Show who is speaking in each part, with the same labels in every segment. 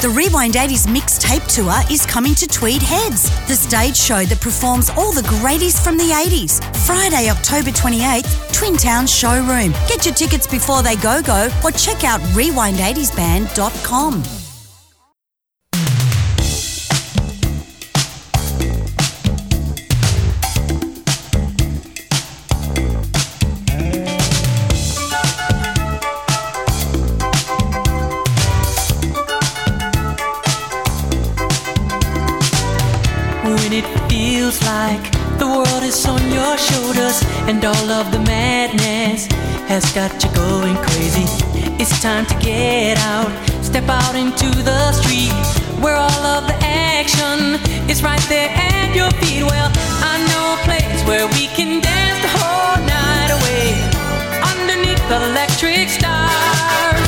Speaker 1: The Rewind 80s mixtape tour is coming to Tweed Heads, the stage show that performs all the greatest from the 80s. Friday, October 28th, Twin Town Showroom. Get your tickets before they go go or check out rewind80sband.com.
Speaker 2: When it feels like the world is on your shoulders and all of the madness has got you going crazy. It's time to get out, step out into the street where all of the action is right there at your feet. Well, I know a place where we can dance the whole night away underneath the electric stars.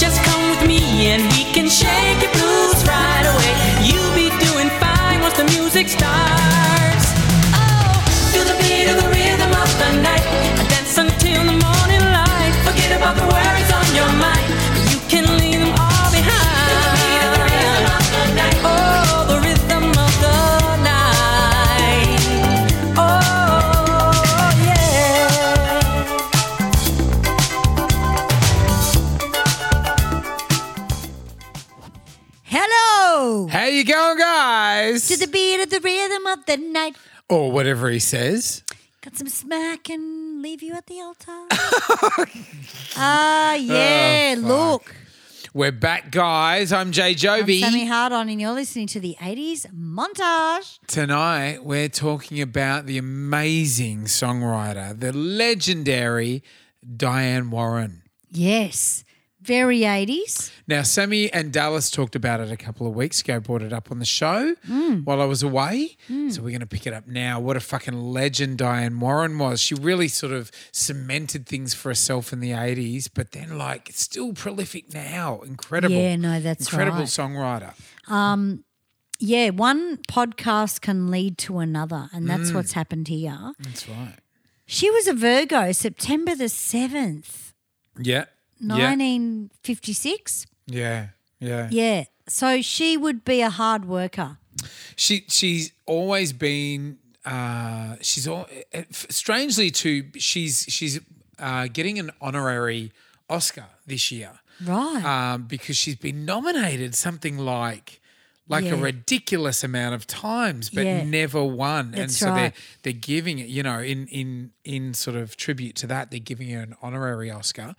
Speaker 2: Just come with me and we can shake your blues right away. You'll be doing fine once the music starts. Oh, feel the beat of the rhythm of the night. Dance until the morning light. Forget about the worries on your mind. You can leave them all behind. Oh, the rhythm of the night. Oh, yeah.
Speaker 1: Hello!
Speaker 3: How you going, guys?
Speaker 1: To the beat of the rhythm of the night.
Speaker 3: or whatever he says.
Speaker 1: Got some smack and leave you at the altar. Ah, yeah, look.
Speaker 3: We're back, guys. I'm Jay
Speaker 1: I'm
Speaker 3: Joby.
Speaker 1: Sammy Hardon, and you're listening to the 80s montage.
Speaker 3: Tonight, we're talking about the amazing songwriter, the legendary Diane Warren.
Speaker 1: Yes, very 80s.
Speaker 3: Now, Sammy and Dallas talked about it a couple of weeks ago, brought it up on the show
Speaker 1: Mm.
Speaker 3: while I was away. So, we're going to pick it up now. What a fucking legend Diane Warren was. She really sort of cemented things for herself in the 80s, but then, like, still prolific now. Incredible.
Speaker 1: Yeah, no, that's
Speaker 3: Incredible
Speaker 1: right.
Speaker 3: songwriter.
Speaker 1: Yeah, one podcast can lead to another, and
Speaker 3: Mm.
Speaker 1: that's what's happened here.
Speaker 3: That's right.
Speaker 1: She was a Virgo, September the 7th,
Speaker 3: Yeah. Yeah.
Speaker 1: 1956.
Speaker 3: Yeah. Yeah.
Speaker 1: Yeah, so she would be a hard worker.
Speaker 3: She she's always been uh she's all strangely too she's she's uh getting an honorary Oscar this year.
Speaker 1: Right.
Speaker 3: Um because she's been nominated something like like
Speaker 1: Yeah.
Speaker 3: a ridiculous amount of times, but
Speaker 1: Yeah.
Speaker 3: never won. and
Speaker 1: That's
Speaker 3: so
Speaker 1: right.
Speaker 3: they're they're giving it, you know, in in in sort of tribute to that, they're giving her an honorary Oscar.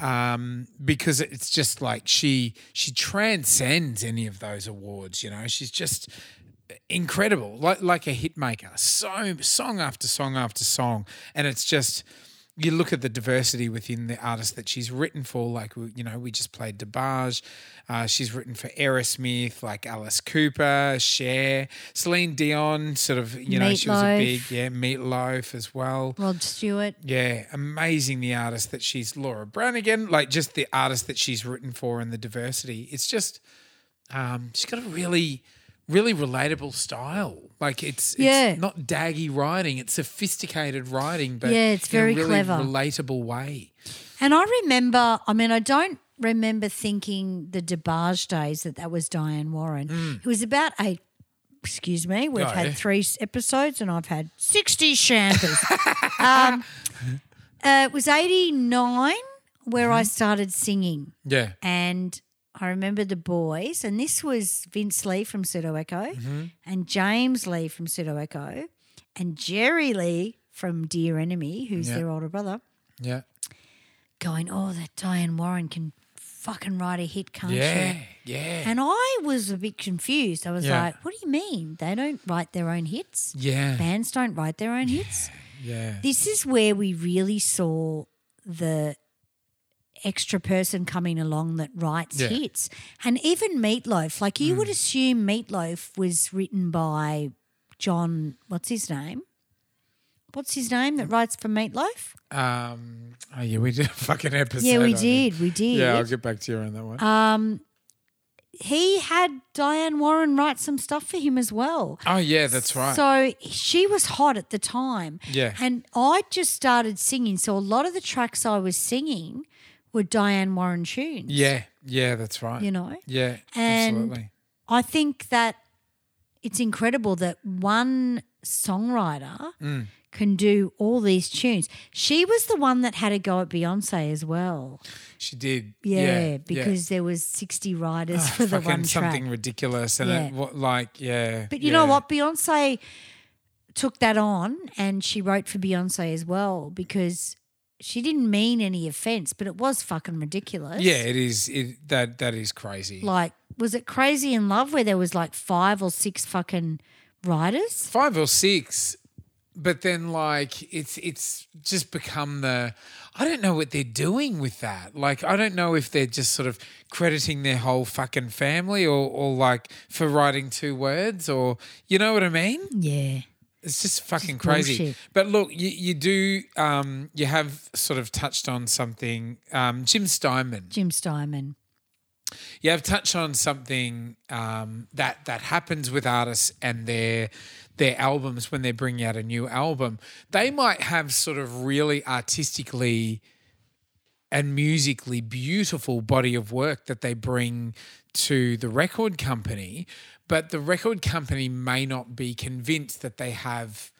Speaker 3: Um, because it's just like she she transcends any of those awards, you know. She's just incredible, like like a hit maker. So song after song after song, and it's just you look at the diversity within the artists that she's written for. Like we- you know, we just played DeBarge. Uh, she's written for Aerosmith, like Alice Cooper, Cher, Celine Dion. Sort of you know, she was a
Speaker 1: Meatloaf.
Speaker 3: big yeah Meatloaf as well.
Speaker 1: Rod Stewart.
Speaker 3: Yeah, amazing the artist that she's Laura Branigan, like just the artist that she's written for and the diversity. It's just um, she's got a really, really relatable style. Like it's, it's
Speaker 1: Yeah.
Speaker 3: not daggy writing, it's sophisticated writing, but
Speaker 1: Yeah, it's
Speaker 3: in a
Speaker 1: very
Speaker 3: really
Speaker 1: clever.
Speaker 3: relatable way.
Speaker 1: And I remember, I mean, I don't remember thinking the DeBarge days that that was Diane Warren. It was about eight. Excuse me, we've
Speaker 3: No.
Speaker 1: had three s- episodes and I've had 60 shanties. um, uh, it was 89 where I started singing.
Speaker 3: Yeah.
Speaker 1: And I remember the boys, and this was Vince Lee from Pseudo Echo and James Lee from Pseudo Echo and Jerry Lee from Dear Enemy, who's
Speaker 3: Yeah.
Speaker 1: their older brother
Speaker 3: Yeah.
Speaker 1: going, "Oh, that Diane Warren can fucking write a hit, can't
Speaker 3: Yeah.
Speaker 1: she?"
Speaker 3: Yeah.
Speaker 1: And I was a bit confused. I was
Speaker 3: Yeah.
Speaker 1: like, "What do you mean they don't write their own hits?
Speaker 3: Yeah.
Speaker 1: Bands don't write their own hits."
Speaker 3: Yeah.
Speaker 1: This is where we really saw the extra person coming along that writes
Speaker 3: Yeah. Mm.
Speaker 1: hits, and even Meatloaf. Like you would assume Meatloaf was written by John. What's his name? What's his name
Speaker 3: Mm.
Speaker 1: that writes for Meatloaf?
Speaker 3: Um, oh, yeah, we did a fucking episode.
Speaker 1: yeah, we
Speaker 3: on it.
Speaker 1: did. We did.
Speaker 3: Yeah, I'll get back to you on that one.
Speaker 1: he had Diane Warren write some stuff for him as well.
Speaker 3: oh, yeah, that's right.
Speaker 1: So she was hot at the time.
Speaker 3: Yeah.
Speaker 1: And I just started singing. So a lot of the tracks I was singing were Diane Warren tunes.
Speaker 3: Yeah, yeah, that's right.
Speaker 1: You know?
Speaker 3: Yeah,
Speaker 1: And-
Speaker 3: absolutely.
Speaker 1: I think that it's incredible that one songwriter
Speaker 3: Mm.
Speaker 1: can do all these tunes. She was the one that had a go at Beyonce as well.
Speaker 3: She did.
Speaker 1: Yeah,
Speaker 3: yeah Ah,
Speaker 1: because there was 60 writers for the
Speaker 3: Fucking
Speaker 1: one track.
Speaker 3: something ridiculous and
Speaker 1: Yeah.
Speaker 3: it, what, like yeah.
Speaker 1: But you
Speaker 3: yeah.
Speaker 1: know what? Beyonce took that on and she wrote for Beyonce as well because she didn't mean any offense, but it was fucking ridiculous.
Speaker 3: Yeah, it is. It that that is crazy.
Speaker 1: Like, was it Crazy in Love where there was like five or six fucking writers?
Speaker 3: five or six but then like it's it's just become the i don't know what they're doing with that like i don't know if they're just sort of crediting their whole fucking family or or like for writing two words or you know what i mean
Speaker 1: Yeah.
Speaker 3: it's just fucking crazy.
Speaker 1: bullshit.
Speaker 3: But look, you, you do um, you have sort of touched on something. Um, Jim Steinman,
Speaker 1: Jim Steinman.
Speaker 3: you have touched on something um, that that happens with artists and their their albums when they're bringing out a new album. They might have sort of really artistically and musically beautiful body of work that they bring to the record company, but the record company may not be convinced that they have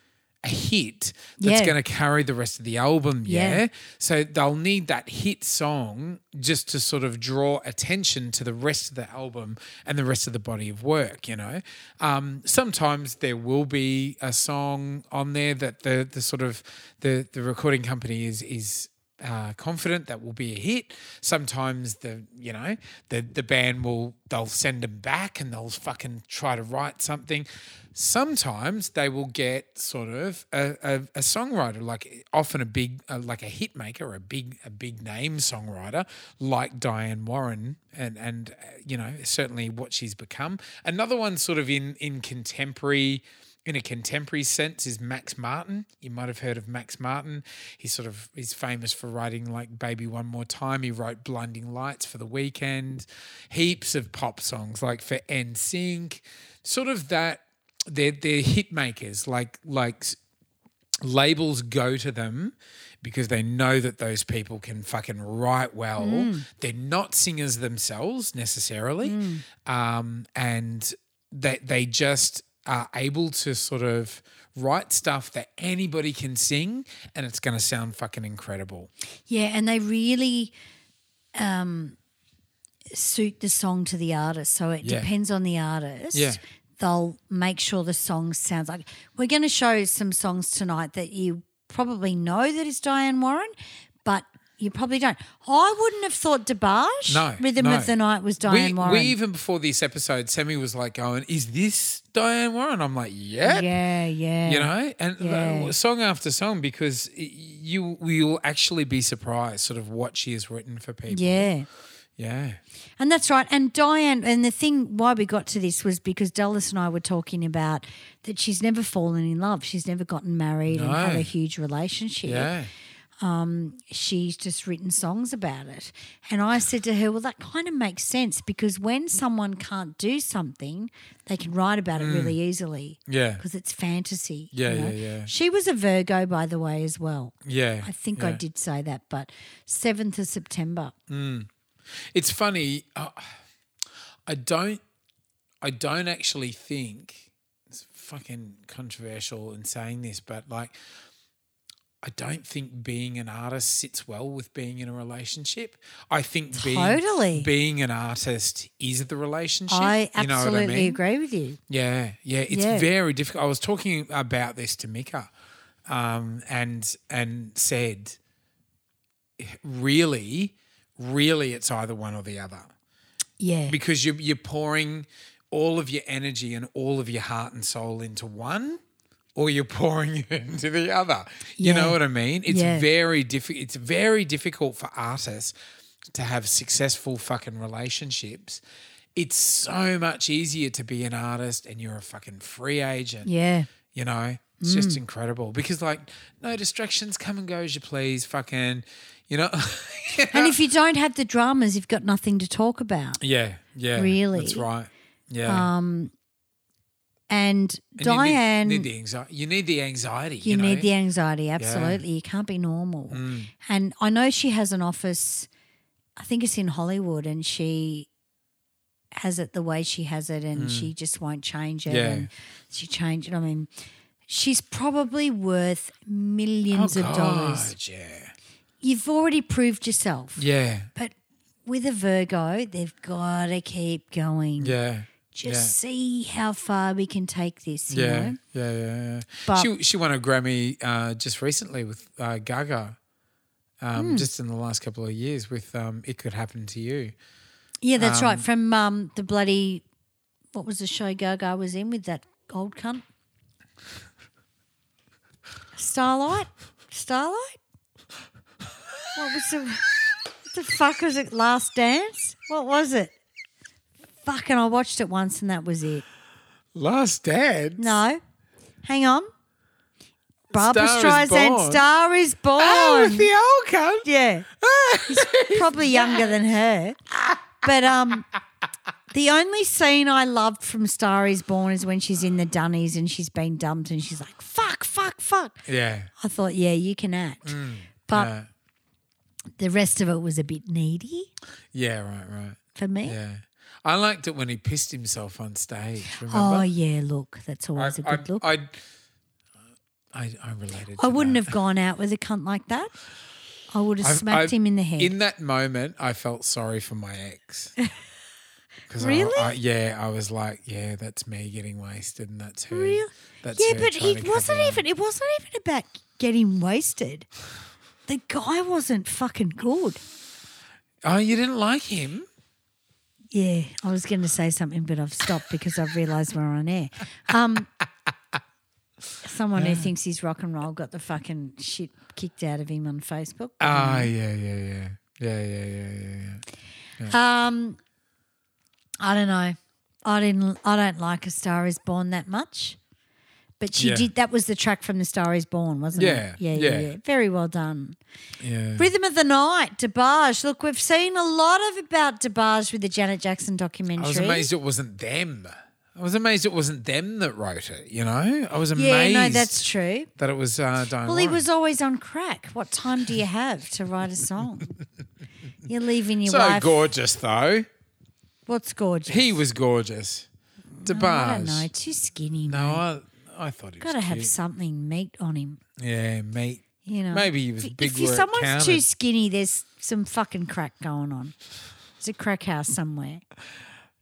Speaker 3: a hit that's
Speaker 1: Yeah.
Speaker 3: going to carry the rest of the album.
Speaker 1: Yeah.
Speaker 3: yeah. So they'll need that hit song just to sort of draw attention to the rest of the album and the rest of the body of work, you know. Um, sometimes there will be a song on there that the the sort of the the recording company is is uh, confident that will be a hit. Sometimes the you know the the band will they'll send them back and they'll fucking try to write something. Sometimes they will get sort of a, a, a songwriter like often a big uh, like a hit maker, a big a big name songwriter like Diane Warren and and uh, you know certainly what she's become. Another one sort of in in contemporary in a contemporary sense is Max Martin. You might have heard of Max Martin. He's sort of he's famous for writing like Baby One More Time. He wrote Blinding Lights for the weekend, heaps of pop songs like for NSYNC. Sort of that they're they're hit makers like like labels go to them because they know that those people can fucking write well. They're not singers themselves necessarily, um, and they they just are able to sort of write stuff that anybody can sing, and it's going to sound fucking incredible.
Speaker 1: Yeah, and they really um, suit the song to the artist. So it
Speaker 3: Yeah.
Speaker 1: depends on the artist.
Speaker 3: Yeah.
Speaker 1: They'll make sure the song sounds like. We're going to show some songs tonight that you probably know that is Diane Warren, but you probably don't. I wouldn't have thought DeBarge,
Speaker 3: No,
Speaker 1: Rhythm
Speaker 3: no.
Speaker 1: of the Night, was
Speaker 3: we,
Speaker 1: Diane Warren.
Speaker 3: We even before this episode, Sammy was like, "Going, is this Diane Warren?" I'm like, "Yeah,
Speaker 1: yeah, yeah.
Speaker 3: you know and
Speaker 1: Yeah.
Speaker 3: the- song after song because y- you will actually be surprised sort of what she has written for people
Speaker 1: Yeah.
Speaker 3: yeah
Speaker 1: And that's right. And Diane, and the thing why we got to this was because Dallas and I were talking about that she's never fallen in love. She's never gotten married and
Speaker 3: No.
Speaker 1: had a huge relationship.
Speaker 3: yeah
Speaker 1: She's just written songs about it. And I said to her, well, that kind of makes sense because when someone can't do something, they can write about it really easily
Speaker 3: Mm. yeah
Speaker 1: because it's fantasy.
Speaker 3: Yeah, yeah, yeah.
Speaker 1: She was a Virgo, by the way, as well.
Speaker 3: yeah
Speaker 1: I think I
Speaker 3: yeah.
Speaker 1: did say that, but 7th of September.
Speaker 3: it's funny uh, i don't i don't actually think it's fucking controversial in saying this but like I don't think being an artist sits well with being in a relationship. I think
Speaker 1: Totally.
Speaker 3: being, being an artist is the relationship.
Speaker 1: I
Speaker 3: You know what
Speaker 1: absolutely
Speaker 3: mean?
Speaker 1: agree with you.
Speaker 3: Yeah, yeah, it's
Speaker 1: Yeah.
Speaker 3: very difficult. I was talking about this to Mika, um, and and said, really, really, it's either one or the other
Speaker 1: Yeah.
Speaker 3: because you're you're pouring all of your energy and all of your heart and soul into one, or you're pouring it into the other. You know
Speaker 1: Yeah.
Speaker 3: what I mean? It's
Speaker 1: Yeah.
Speaker 3: very difficult. It's very difficult for artists to have successful fucking relationships. It's so much easier to be an artist and you're a fucking free agent.
Speaker 1: Yeah. Mm.
Speaker 3: You know, it's just incredible because like no distractions come and go as you please. Fucking, you know.
Speaker 1: And if you don't have the dramas, you've got nothing to talk about.
Speaker 3: yeah, yeah,
Speaker 1: Really?
Speaker 3: that's right. Yeah.
Speaker 1: And,
Speaker 3: And you need-
Speaker 1: Diane,
Speaker 3: need, the anxiety. You need the anxiety. You,
Speaker 1: you,
Speaker 3: know? Mm.
Speaker 1: need the anxiety, absolutely. You can't be normal. And I know she has an office I think it's in Hollywood, and she has it the way she has it, and she just won't change it.
Speaker 3: Mm. Yeah.
Speaker 1: And she changed it. I mean, she's probably worth millions of dollars.
Speaker 3: Oh, God, yeah.
Speaker 1: You've already proved yourself,
Speaker 3: Yeah.
Speaker 1: but with a Virgo, they've got to keep going.
Speaker 3: Yeah.
Speaker 1: Just see how far we can take this. You
Speaker 3: Yeah.
Speaker 1: know?
Speaker 3: Yeah. Yeah. yeah.
Speaker 1: But-
Speaker 3: she she won a Grammy uh, just recently with uh, Gaga.
Speaker 1: Hmm.
Speaker 3: Um, Just in the last couple of years, with um, "It Could Happen to You,"
Speaker 1: Yeah, that's right. From um, the bloody, what was the show Gaga was in with that old cunt? Starlight? Starlight? What was the, what the fuck was it? Last Dance? What was it? Fucking, I watched it once and that was it.
Speaker 3: "Last Dance."
Speaker 1: No. Hang on. Barbara
Speaker 3: Star is
Speaker 1: Streisand,
Speaker 3: Born.
Speaker 1: Star is Born.
Speaker 3: Oh, with the old cunt.
Speaker 1: Yeah. He's probably younger than her. But um the only scene I loved from Star is Born is when she's in the dunnies and she's been dumped and she's like, fuck, fuck, fuck.
Speaker 3: Yeah.
Speaker 1: I thought, yeah, you can act. but
Speaker 3: uh,
Speaker 1: the rest of it was a bit needy
Speaker 3: yeah. Right. Right.
Speaker 1: for me.
Speaker 3: Yeah. I liked it when he pissed himself on stage. Remember?
Speaker 1: oh, yeah, look, that's
Speaker 3: I,
Speaker 1: always a
Speaker 3: I,
Speaker 1: good look. I,
Speaker 3: I, I, I related. to
Speaker 1: wouldn't
Speaker 3: that.
Speaker 1: have gone out with a cunt like that. I would have
Speaker 3: I've-
Speaker 1: smacked
Speaker 3: I've-
Speaker 1: him in the head.
Speaker 3: In that moment, I felt sorry for my ex. 'Cause I-
Speaker 1: Really?
Speaker 3: I- yeah, I was like, yeah, that's me getting wasted, and that's her.
Speaker 1: Really?
Speaker 3: That's
Speaker 1: yeah,
Speaker 3: her
Speaker 1: but
Speaker 3: trying to
Speaker 1: it
Speaker 3: cover
Speaker 1: wasn't
Speaker 3: up.
Speaker 1: even. It wasn't even about getting wasted. The guy wasn't fucking good.
Speaker 3: Oh, you didn't like him?
Speaker 1: Yeah, I was going to say something, but I've stopped because I've realised we're on air. Um, someone who thinks he's rock and roll got the fucking shit kicked out of him on Facebook.
Speaker 3: Ah,
Speaker 1: Mm-hmm.
Speaker 3: yeah, yeah, yeah, yeah, yeah, yeah, yeah. yeah.
Speaker 1: Um, I don't know. I didn't. I don't like A Star Is Born that much, but she
Speaker 3: Yeah.
Speaker 1: did. That was the track from The Star Is Born, wasn't
Speaker 3: Yeah,
Speaker 1: it? yeah,
Speaker 3: yeah.
Speaker 1: yeah, yeah. Very well done.
Speaker 3: Yeah.
Speaker 1: Rhythm of the Night, DeBarge. Look, we've seen a lot of about DeBarge with the Janet Jackson documentary.
Speaker 3: I was amazed it wasn't them. I was amazed it wasn't them that wrote it. You know, I was amazed.
Speaker 1: Yeah, no, that's true.
Speaker 3: that it was uh, Diane.
Speaker 1: Well, he
Speaker 3: Warren.
Speaker 1: was always on crack. What time do you have to write a song? You're leaving your
Speaker 3: so
Speaker 1: wife.
Speaker 3: gorgeous, though.
Speaker 1: What's gorgeous?
Speaker 3: He was gorgeous.
Speaker 1: Oh,
Speaker 3: DeBarge.
Speaker 1: I don't know. Too skinny.
Speaker 3: No, I, I thought he was
Speaker 1: Got to have
Speaker 3: cute.
Speaker 1: something meat on him.
Speaker 3: Yeah, mate.
Speaker 1: You know.
Speaker 3: Maybe he was
Speaker 1: If-
Speaker 3: big
Speaker 1: If you-
Speaker 3: where it
Speaker 1: someone's too
Speaker 3: counted.
Speaker 1: skinny, there's some fucking crack going on. It's a crack house somewhere.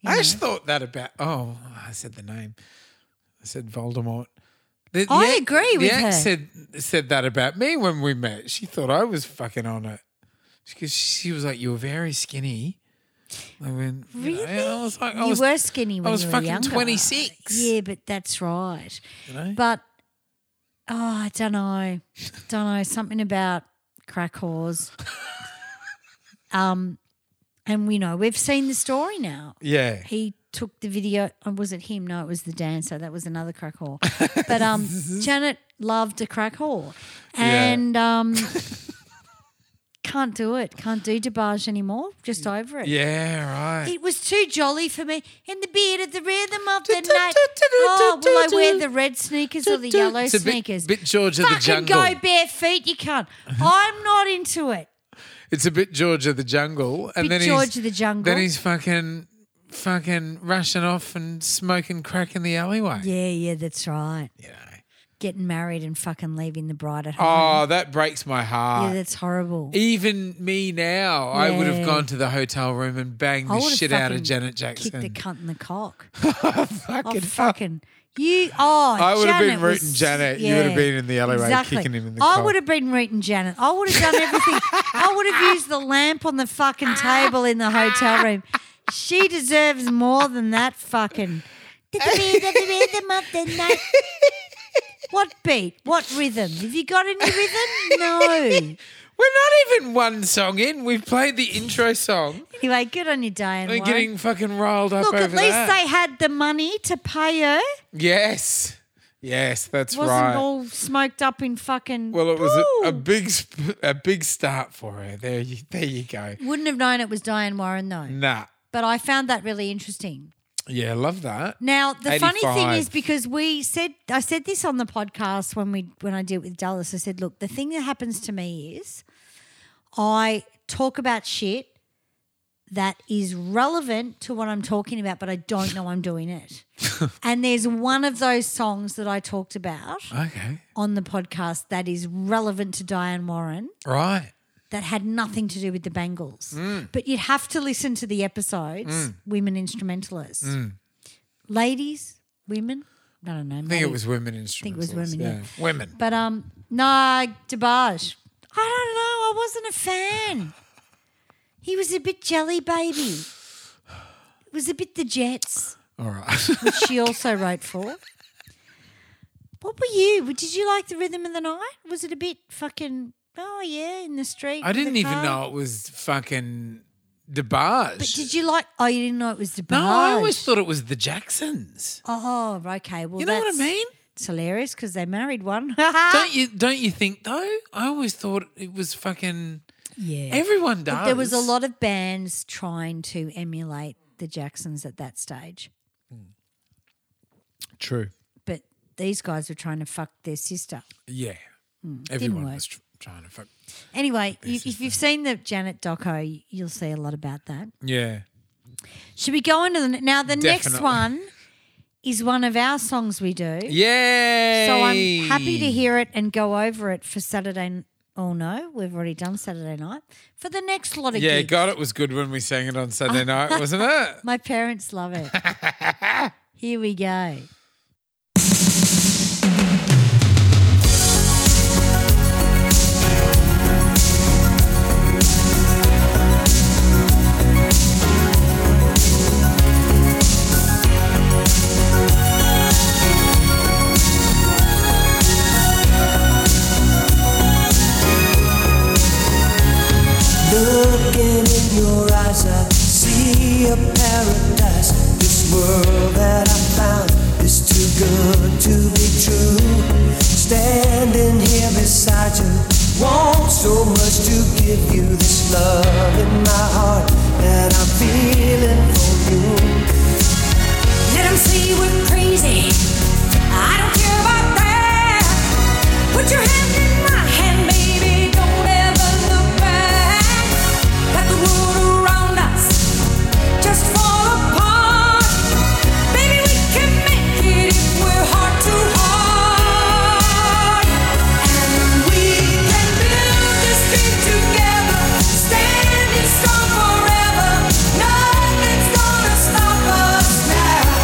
Speaker 3: I just thought that about. Oh, I said the name. I said Voldemort. The, the
Speaker 1: I
Speaker 3: ex-
Speaker 1: agree
Speaker 3: the
Speaker 1: with
Speaker 3: ex
Speaker 1: her.
Speaker 3: Said said that about me when we met. She thought I was fucking on it because she was like, "You were very skinny." I went, you know, and I was like, I
Speaker 1: you
Speaker 3: was,
Speaker 1: were skinny when
Speaker 3: I was
Speaker 1: you were
Speaker 3: fucking
Speaker 1: younger.
Speaker 3: 26.
Speaker 1: Yeah, but that's right.
Speaker 3: You know?
Speaker 1: But oh, I don't know, don't know something about crack whores. um, and we know we've seen the story now.
Speaker 3: yeah,
Speaker 1: He took the video. Oh, was it him? No, it was the dancer. That was another crack whore. But um, Janet loved a crack whore,
Speaker 3: Yeah.
Speaker 1: and um. Can't do it. Can't do debarge anymore. Just over it.
Speaker 3: yeah, right.
Speaker 1: It was too jolly for me. In the beat of the rhythm of the night. Oh, will I wear the red sneakers or the yellow
Speaker 3: It's a bit-
Speaker 1: sneakers?
Speaker 3: bit George of the
Speaker 1: Fucking go
Speaker 3: Jungle. Uh-huh.
Speaker 1: bare feet, you can't. I'm not into it.
Speaker 3: It's a bit George of the jungle, and
Speaker 1: Bit
Speaker 3: then
Speaker 1: George
Speaker 3: he's,
Speaker 1: of the Jungle.
Speaker 3: Then he's fucking, fucking rushing off and smoking crack in the alleyway.
Speaker 1: Yeah, yeah, that's right.
Speaker 3: You know.
Speaker 1: Getting married and fucking leaving the bride at home.
Speaker 3: Oh, that breaks my
Speaker 1: yeah,
Speaker 3: heart.
Speaker 1: that's horrible.
Speaker 3: Even me now, I would have
Speaker 1: Yeah.
Speaker 3: gone to the hotel room and banged the
Speaker 1: would've
Speaker 3: shit out of
Speaker 1: fucking
Speaker 3: Janet
Speaker 1: Kicked the
Speaker 3: Jackson.
Speaker 1: cunt in the cock.
Speaker 3: fucking
Speaker 1: Oh,
Speaker 3: fuck.
Speaker 1: fucking. You, oh,
Speaker 3: I would have been
Speaker 1: Janet
Speaker 3: rooting
Speaker 1: was-
Speaker 3: Janet. You would have been in the alleyway kicking him in the
Speaker 1: I
Speaker 3: cock.
Speaker 1: would have been rooting Janet. I would have done everything. I would have used the lamp on the fucking table in the hotel room. She deserves more than that fucking. what beat? What rhythm? Have you got any rhythm? No.
Speaker 3: We're not even one song in. We've played the intro song.
Speaker 1: Anyway, good on your day and
Speaker 3: We're getting fucking riled up
Speaker 1: Look,
Speaker 3: over
Speaker 1: at least
Speaker 3: that.
Speaker 1: they had the money to pay her.
Speaker 3: yes, yes, that's
Speaker 1: Wasn't
Speaker 3: right.
Speaker 1: all smoked up in fucking.
Speaker 3: well, it was a, a
Speaker 1: Ooh.
Speaker 3: big, sp- a big start for her. There, you, there you go.
Speaker 1: Wouldn't have known it was Diane Warren though.
Speaker 3: Nah,
Speaker 1: But I found that really interesting.
Speaker 3: yeah, love that.
Speaker 1: Now the funny thing
Speaker 3: 85.
Speaker 1: is because we said I said this on the podcast when we when I did it with Dallas. I said, look, the thing that happens to me is I talk about shit that is relevant to what I'm talking about, but I don't know I'm doing it. and there's one of those songs that I talked about
Speaker 3: Okay.
Speaker 1: on the podcast that is relevant to Diane Warren
Speaker 3: Right.
Speaker 1: that had nothing to do with the Bangles.
Speaker 3: Mm.
Speaker 1: But you'd have to listen to the episodes, Women Instrumentalists. Ladies, women, I don't know.
Speaker 3: Mm. I think it was women instrumentalists.
Speaker 1: think it was women, yeah.
Speaker 3: Women.
Speaker 1: But um, no, Debage. I don't know. I wasn't a fan. He was a bit jelly baby. It was a bit the Jets,
Speaker 3: All right.
Speaker 1: which she also wrote for. What were you? Did you like the rhythm of the night? Was it a bit fucking? Oh yeah, in the street.
Speaker 3: I
Speaker 1: with the
Speaker 3: didn't even
Speaker 1: car?
Speaker 3: know it was fucking DeBarge.
Speaker 1: But did you like? Oh, you didn't know it was Debage.
Speaker 3: no, I always thought it was the Jacksons.
Speaker 1: Oh, okay. Well,
Speaker 3: You know what I
Speaker 1: that's- Ah.
Speaker 3: mean?
Speaker 1: It's hilarious because they married one.
Speaker 3: Don't you don't you think though? I always thought it was fucking
Speaker 1: yeah.
Speaker 3: everyone
Speaker 1: But
Speaker 3: does.
Speaker 1: there was a lot of bands trying to emulate the Jacksons at that stage,
Speaker 3: True.
Speaker 1: but these guys were trying to fuck their sister.
Speaker 3: Yeah. everyone
Speaker 1: Hmm, work.
Speaker 3: was tr- trying to fuck.
Speaker 1: Anyway, you, if you've seen the Janet doco, you'll see a lot about that.
Speaker 3: Yeah.
Speaker 1: Should we go on to the now? The next
Speaker 3: Definitely.
Speaker 1: one is one of our songs we do.
Speaker 3: Yay!
Speaker 1: So I'm happy to hear it and go over it for Saturday. n- Oh no, we've already done Saturday night for the next lot of
Speaker 3: Yeah,
Speaker 1: gigs.
Speaker 3: God, it was good when we sang it on Saturday night, wasn't it?
Speaker 1: My parents love it. Here we go.
Speaker 4: Looking in your eyes, I see a paradise. This world that I found is too good to be true. Standing here beside you, want so much to give you this love in my heart that I'm feeling for you.
Speaker 5: Let 'em see we're crazy. I don't care about that. Put your hand in my hand, baby. Don't ever look back. Let the world around us just fall apart. Baby, we can make it if we're heart to heart. And we can build this dream together, standing strong forever. Nothing's gonna stop us now.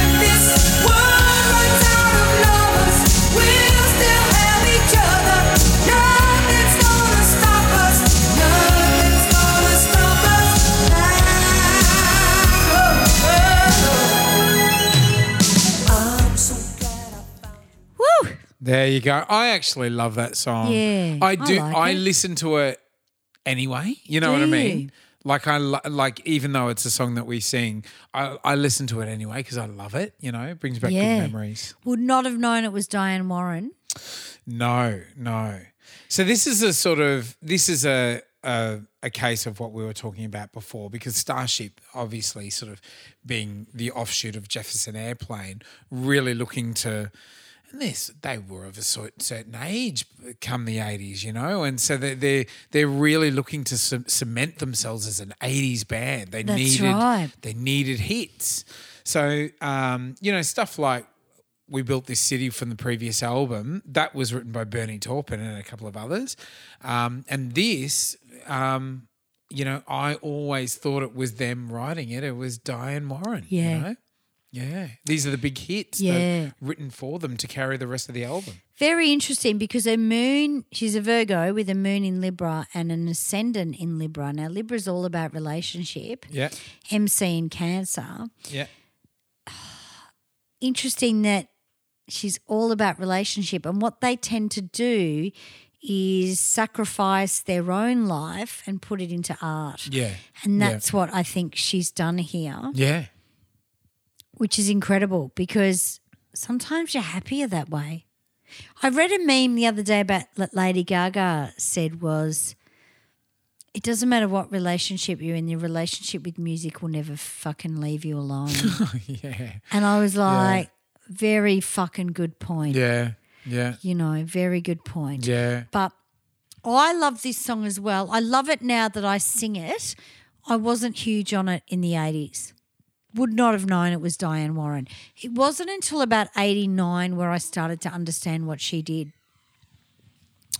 Speaker 5: If this world runs out of lovers, we'll still have each other. Nothing's gonna stop us. Nothing's gonna stop us Oh, now.
Speaker 4: I'm so glad I found.
Speaker 1: Woo!
Speaker 3: There you go. I actually love that song.
Speaker 1: Yeah, I
Speaker 3: I do. I,
Speaker 1: like it.
Speaker 3: listen to it anyway. You know
Speaker 1: Do
Speaker 3: what I
Speaker 1: you?
Speaker 3: mean? Like I li- like, even though it's a song that we sing, I, I listen to it anyway because I love it. You know, it brings back
Speaker 1: Yeah.
Speaker 3: good memories.
Speaker 1: Would not have known it was Diane Warren.
Speaker 3: No, no. So this is a sort of this is a a, a case of what we were talking about before because Starship, obviously, sort of being the offshoot of Jefferson Airplane, really looking to. And this, they were of a cer- certain age come the eighties, you know, and so they're they're, they're really looking to ce- cement themselves as an eighties band. They
Speaker 1: That's
Speaker 3: needed
Speaker 1: right.
Speaker 3: they needed hits. So um, you know stuff like we built this city from the previous album that was written by Bernie Taupin and a couple of others, um, and this, um, you know, I always thought it was them writing it. It was Diane Warren. you
Speaker 1: Yeah.
Speaker 3: know? Yeah, these are the big hits that
Speaker 1: Yeah.
Speaker 3: written for them to carry the rest of the album.
Speaker 1: Very interesting because her moon, she's a Virgo with a moon in Libra and an ascendant in Libra. Now, Libra's all about relationship,
Speaker 3: Yeah,
Speaker 1: MC in Cancer.
Speaker 3: yeah,
Speaker 1: Interesting that she's all about relationship. And what they tend to do is sacrifice their own life and put it into art.
Speaker 3: yeah,
Speaker 1: And
Speaker 3: Yeah.
Speaker 1: that's what I think she's done here.
Speaker 3: yeah,
Speaker 1: which is incredible because sometimes you're happier that way. I read a meme the other day about that Lady Gaga said was it doesn't matter what relationship you're in, your relationship with music will never fucking leave you alone.
Speaker 3: yeah,
Speaker 1: and I was like, very fucking good point.
Speaker 3: yeah, yeah,
Speaker 1: You know, very good point. oh,
Speaker 3: yeah.
Speaker 1: But I love this song as well. I love it now that I sing it. I wasn't huge on it in the 80s. Would not have known it was Diane Warren. It wasn't until about 89 where I started to understand what she did,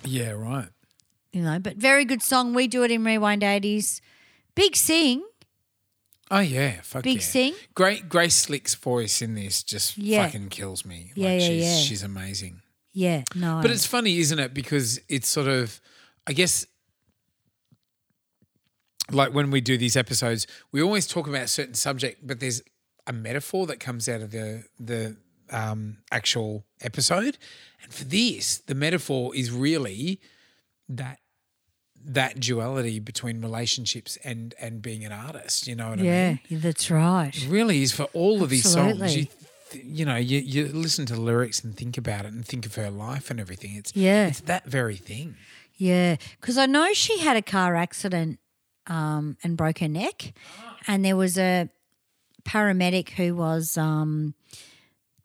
Speaker 3: Yeah, right.
Speaker 1: you know. But very good song. We do it in Rewind 80s. Big Sing.
Speaker 3: Oh yeah, fuck
Speaker 1: Big
Speaker 3: yeah.
Speaker 1: Sing?
Speaker 3: Great Grace Slick's voice in this just
Speaker 1: Yeah.
Speaker 3: fucking kills me. Like
Speaker 1: Yeah, yeah,
Speaker 3: she's
Speaker 1: yeah.
Speaker 3: she's amazing.
Speaker 1: Yeah, no.
Speaker 3: But it's funny, isn't it? Because it's sort of, I guess, like when we do these episodes, we always talk about a certain subject, but there's a metaphor that comes out of the the um, actual episode. And for this, the metaphor is really that that duality between relationships and and being an artist. You know what I
Speaker 1: yeah,
Speaker 3: mean?
Speaker 1: that's right.
Speaker 3: Really, is for all of these songs. You,
Speaker 1: Absolutely.
Speaker 3: th- you know, you, you listen to the lyrics and think about it and think of her life and everything. It's
Speaker 1: Yeah.
Speaker 3: it's that very thing.
Speaker 1: Yeah, because I know she had a car accident um, and broke her neck,
Speaker 3: Ah.
Speaker 1: and there was a paramedic who was um,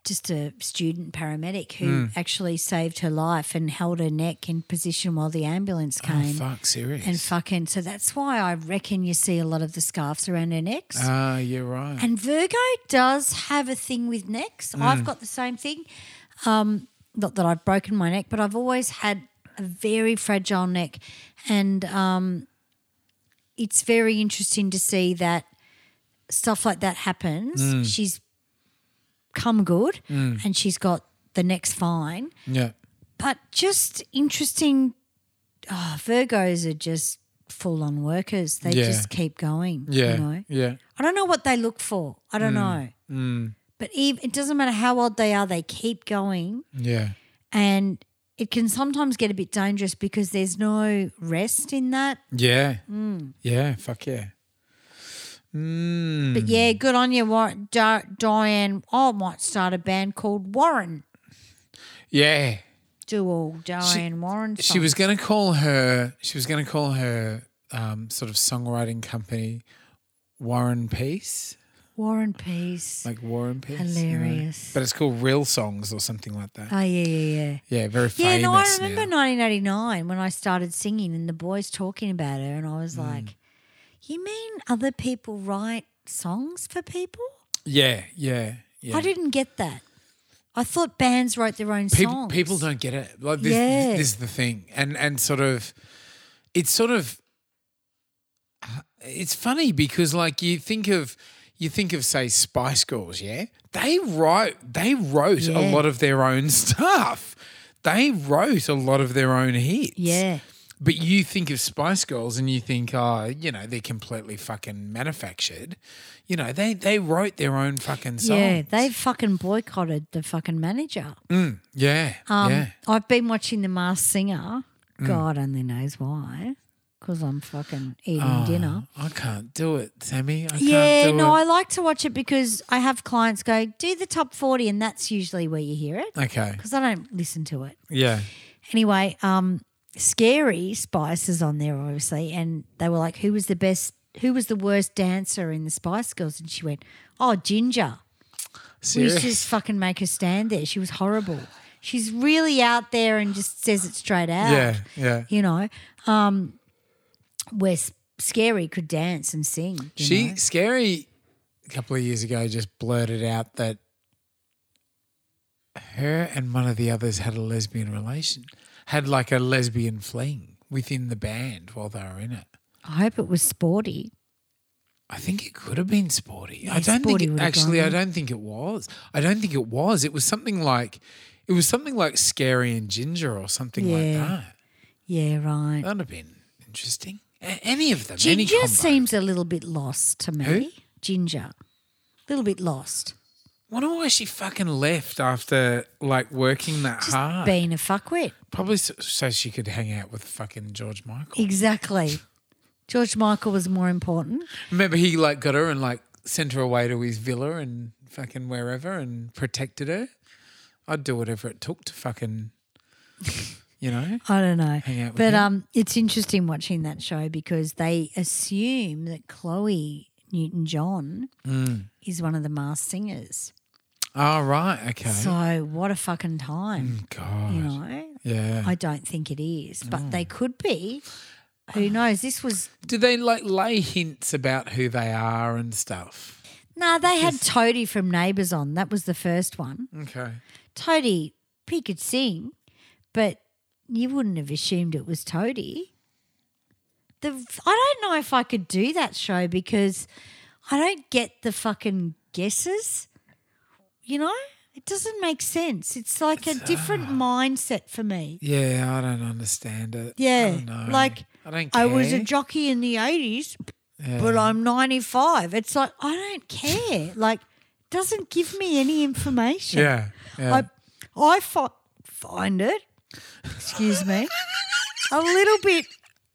Speaker 1: just a student paramedic
Speaker 3: Hmm.
Speaker 1: who actually saved her life and held her neck in position while the ambulance
Speaker 3: Oh,
Speaker 1: came.
Speaker 3: fuck, serious.
Speaker 1: And fucking, so that's why I reckon you see a lot of the scarves around her necks.
Speaker 3: Ah, you're right.
Speaker 1: And Virgo does have a thing with necks.
Speaker 3: Mm.
Speaker 1: I've got the same thing. Um, not that I've broken my neck, but I've always had a very fragile neck. And um, it's very interesting to see that stuff like that happens.
Speaker 3: Mm.
Speaker 1: She's come good and she's got the neck's fine.
Speaker 3: yeah.
Speaker 1: But just interesting. Oh, Virgos are just full on workers. They
Speaker 3: Yeah.
Speaker 1: just keep going.
Speaker 3: Yeah.
Speaker 1: You know?
Speaker 3: Yeah.
Speaker 1: I don't know what they look for. I
Speaker 3: Mm.
Speaker 1: don't know. But ev it doesn't matter how old they are, they keep going.
Speaker 3: Yeah.
Speaker 1: And it can sometimes get a bit dangerous because there's no rest in that.
Speaker 3: Yeah.
Speaker 1: Mm.
Speaker 3: Yeah. Fuck yeah. Mm.
Speaker 1: But yeah, good on you, Warren, Di- Diane. Oh, I might start a band called Warren.
Speaker 3: Yeah.
Speaker 1: Do all Diane Warren songs.
Speaker 3: She was going to call her, she was going to call her um, sort of songwriting company Warren Peace,
Speaker 1: Warren Peace.
Speaker 3: like Warren Peace. you know?
Speaker 1: Hilarious.
Speaker 3: But it's called Real Songs or something like that.
Speaker 1: oh, yeah, yeah, yeah.
Speaker 3: yeah. Very famous.
Speaker 1: Yeah, no, I
Speaker 3: now.
Speaker 1: remember 1989 when I started singing and the boys talking about her, and I
Speaker 3: Mm.
Speaker 1: was like, "You mean other people write songs for people?
Speaker 3: Yeah. Yeah. Yeah.
Speaker 1: I didn't get that. I thought bands wrote their own
Speaker 3: people
Speaker 1: songs.
Speaker 3: people don't get it. Like this,
Speaker 1: Yeah.
Speaker 3: this is the thing, and and sort of, it's sort of, uh, it's funny because like you think of, you think of say Spice Girls, yeah, they wrote they wrote a
Speaker 1: Yeah.
Speaker 3: lot of their own stuff. They wrote a lot of their own hits.
Speaker 1: Yeah,
Speaker 3: But you think of Spice Girls and you think, oh, you know, they're completely fucking manufactured. You know, they they wrote their own fucking songs.
Speaker 1: yeah. They fucking boycotted the fucking manager.
Speaker 3: yeah,
Speaker 1: Um,
Speaker 3: yeah. Mm.
Speaker 1: I've been watching The Masked Singer. God only knows why, because I'm fucking eating dinner.
Speaker 3: I can't do it, Sammy. I
Speaker 1: Yeah,
Speaker 3: Oh, can't do
Speaker 1: no, I
Speaker 3: it.
Speaker 1: like to watch it because I have clients go, do the top 40, and that's usually where you hear it
Speaker 3: okay.
Speaker 1: because I don't listen to it.
Speaker 3: Yeah.
Speaker 1: Anyway, um, Scary Spice is on there, obviously, and they were like, who was the best, who was the worst dancer in the Spice Girls? And she went, oh, Ginger. We used to
Speaker 3: Serious.
Speaker 1: just fucking make her stand there. She was horrible. She's really out there and just says it straight out.
Speaker 3: Yeah, yeah.
Speaker 1: You know, um, where S- Scary could dance and sing. you
Speaker 3: She
Speaker 1: know?
Speaker 3: scary a couple of years ago just blurted out that her and one of the others had a lesbian relation. Had like a lesbian fling within the band while they were in it.
Speaker 1: I hope it was sporty.
Speaker 3: I think it could have been sporty. I
Speaker 1: Yeah, Sporty
Speaker 3: don't think it,
Speaker 1: would have
Speaker 3: actually. I
Speaker 1: gone.
Speaker 3: don't think it was. I don't think it was. It was something like, it was something like scary and ginger or something like
Speaker 1: Yeah.
Speaker 3: that.
Speaker 1: Yeah, right.
Speaker 3: That'd have been interesting. A- any of them. Uh, any
Speaker 1: Ginger
Speaker 3: combo.
Speaker 1: seems a little bit lost to me.
Speaker 3: Who?
Speaker 1: Ginger. A little bit lost.
Speaker 3: Wonder why she fucking left after like working that
Speaker 1: Just
Speaker 3: hard.
Speaker 1: being a fuckwit.
Speaker 3: Probably so, so she could hang out with fucking George Michael.
Speaker 1: Exactly. George Michael was more important.
Speaker 3: Remember, he like got her and like sent her away to his villa and fucking wherever and protected her. I'd do whatever it took to fucking, you know.
Speaker 1: I don't know.
Speaker 3: out with
Speaker 1: but
Speaker 3: him.
Speaker 1: um it's interesting watching that show because they assume that Chloe Newton John
Speaker 3: Mm.
Speaker 1: is one of the masked singers.
Speaker 3: Oh, right. Okay.
Speaker 1: So what a fucking time.
Speaker 3: God.
Speaker 1: You know?
Speaker 3: yeah.
Speaker 1: I don't think it is, but they could be.
Speaker 3: Oh.
Speaker 1: Who knows? This was
Speaker 3: Do they like lay hints about who they are and stuff?
Speaker 1: no. They had Toadie from Neighbours on. That was the first one.
Speaker 3: Okay.
Speaker 1: Toadie, he could sing, but you wouldn't have assumed it was Toadie. The I don't know if I could do that show because I don't get the fucking guesses. You know, it doesn't make sense. It's like a
Speaker 3: uh,
Speaker 1: different mindset for me.
Speaker 3: Yeah, I don't understand it. I
Speaker 1: Yeah,
Speaker 3: don't know.
Speaker 1: like
Speaker 3: I don't.
Speaker 1: I was a
Speaker 3: care.
Speaker 1: jockey in the eighties,
Speaker 3: Yeah.
Speaker 1: but I'm 95. It's like I don't care. like doesn't give me any information.
Speaker 3: Yeah. yeah.
Speaker 1: I I fi- find it, excuse me, a little bit